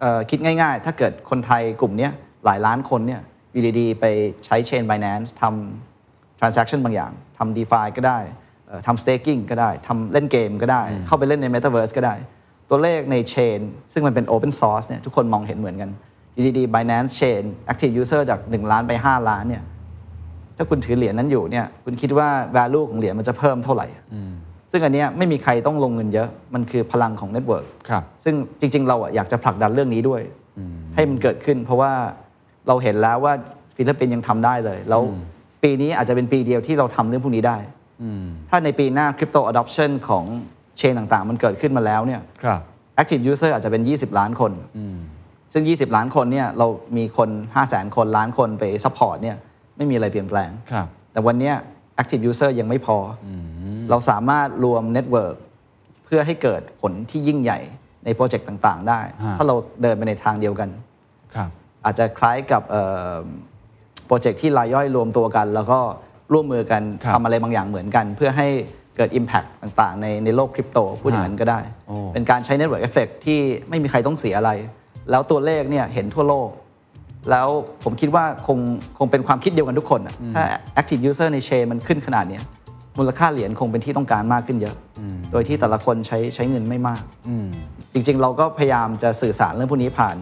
B: เอ่อคิดง่าย ๆ ถ้าเกิดคนไทยกลุ่มเนี้ยหลายล้านคนเนี่ยอยู่ดีๆไปใช้ Chain Binance ทำ transaction บางอย่างทำ DeFi ก็ได้เอ่อทำ staking ก็ได้ทำเล่นเกมก็ได้ เข้าไปเล่นใน Metaverse ก็ได้ ตัวเลขใน Chain ซึ่งมันเป็น Open Source เนี่ยทุกคนมองเห็นเหมือนกันอยู่ดีๆ Binance Chain Active User จาก 1 ล้านไป 5 ล้านเนี่ยถ้าคุณถือเหรียญนั้นอยู่เนี่ยคุณคิดว่า value ของเหรียญมันจะเพิ่มเท่าไหร่ ซึ่งอันเนี้ยไม่มีใครต้องลงเงินเยอะ มันคือพลังของเน็ตเวิร์ก
A: ครับ
B: ซึ่งจริง ๆ เราอะอยากจะผลักดันเรื่องนี้ด้วย ให้มันเกิดขึ้น เพราะว่าเราเห็นแล้วว่าฟิลิปปินส์ยังทำได้เลย แล้วปีนี้อาจจะเป็นปีเดียวที่เราทำเรื่องพวกนี้ได้ ถ้าในปีหน้าคริปโตอะดอปชันของเชนต่างๆ มันเกิดขึ้นมาแล้วเนี่ย
A: ครับ
B: active user อาจจะเป็น 20 ล้านคน ซึ่ง 20 ล้านคนเนี่ยเรามีคน 5 0 0 0 0 0 คนล้านคนไป support เนี่ยไม่มีอะไรเปลี่ยนแปลง
A: ครับ
B: แต่วันเนี้ย active user ยังไม่พออเราสามารถรวม network เพื่อให้เกิดผลที่ยิ่งใหญ่ในโปรเจกต์ต่างๆ ได้
A: ฮะ
B: ถ้าเราเดินไปในทางเดียวกัน
A: ครับ
B: อาจจะคล้ายกับเอ่อโปรเจกต์ที่รายย่อยรวมตัวกัน แล้วก็ร่วมมือกัน
A: ครับ
B: ทำอะไรบางอย่างเหมือนกัน เพื่อให้เกิด Impact ต่างๆ ในในโลกคริปโตพูดอย่างนั้นก็ได้
A: โอ้
B: เป็นการใช้ Network Effect ที่ไม่มีใครต้องเสียอะไร แล้วตัวเลขเนี่ยเห็นทั่วโลก แล้วผมคิดว่าคงคงเป็นความคิดเดียวกันทุกคนน่ะถ้า Active User ในเชนมันขึ้นขนาดเนี้ยมูลค่าเหรียญคงเป็นที่ต้องการมากขึ้นเยอะ โดยที่แต่ละคนใช้ใช้เงินไม่มาก จริงๆ เราก็พยายามจะสื่อสารเรื่องพวกนี้ผ่าน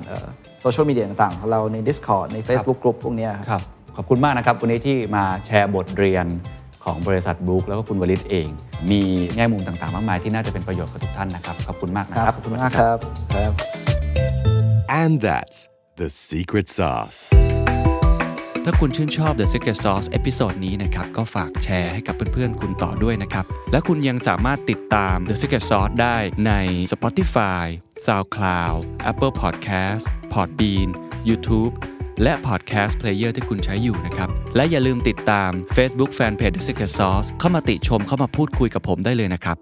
B: โซเชียลมีเดียต่างๆของเราใน Discord ใน Facebook Group พวกเนี้ย
A: ครับ ขอบคุณมากนะครับ วันนี้ที่มาแชร์บทเรียนของบริษัทบ o ๊ k แล้วก็คุณวลิตเอง มีแง่มุมต่างๆ มากมายที่น่าจะเป็นประโยชน์กับทุกท่านนะครับ ขอบคุณมากนะ
B: ค
A: ค
B: รั
A: รั
B: บบ ขอบคุณมากครับครับ
C: And that's the secret sauce.
E: ถ้าคุณชื่นชอบ The Secret Sauce เอพิโซดนี้นะครับ ก็ฝากแชร์ให้กับเพื่อนๆ คุณต่อด้วยนะครับ และคุณยังสามารถติดตาม The Secret Sauce ได้ใน Spotify, SoundCloud, Apple Podcast, Podbean, YouTube และ Podcast Player ที่คุณใช้อยู่นะครับ และอย่าลืมติดตาม Facebook Fanpage The Secret Sauce เข้ามาติชมเข้ามาพูดคุยกับผมได้เลยนะครับ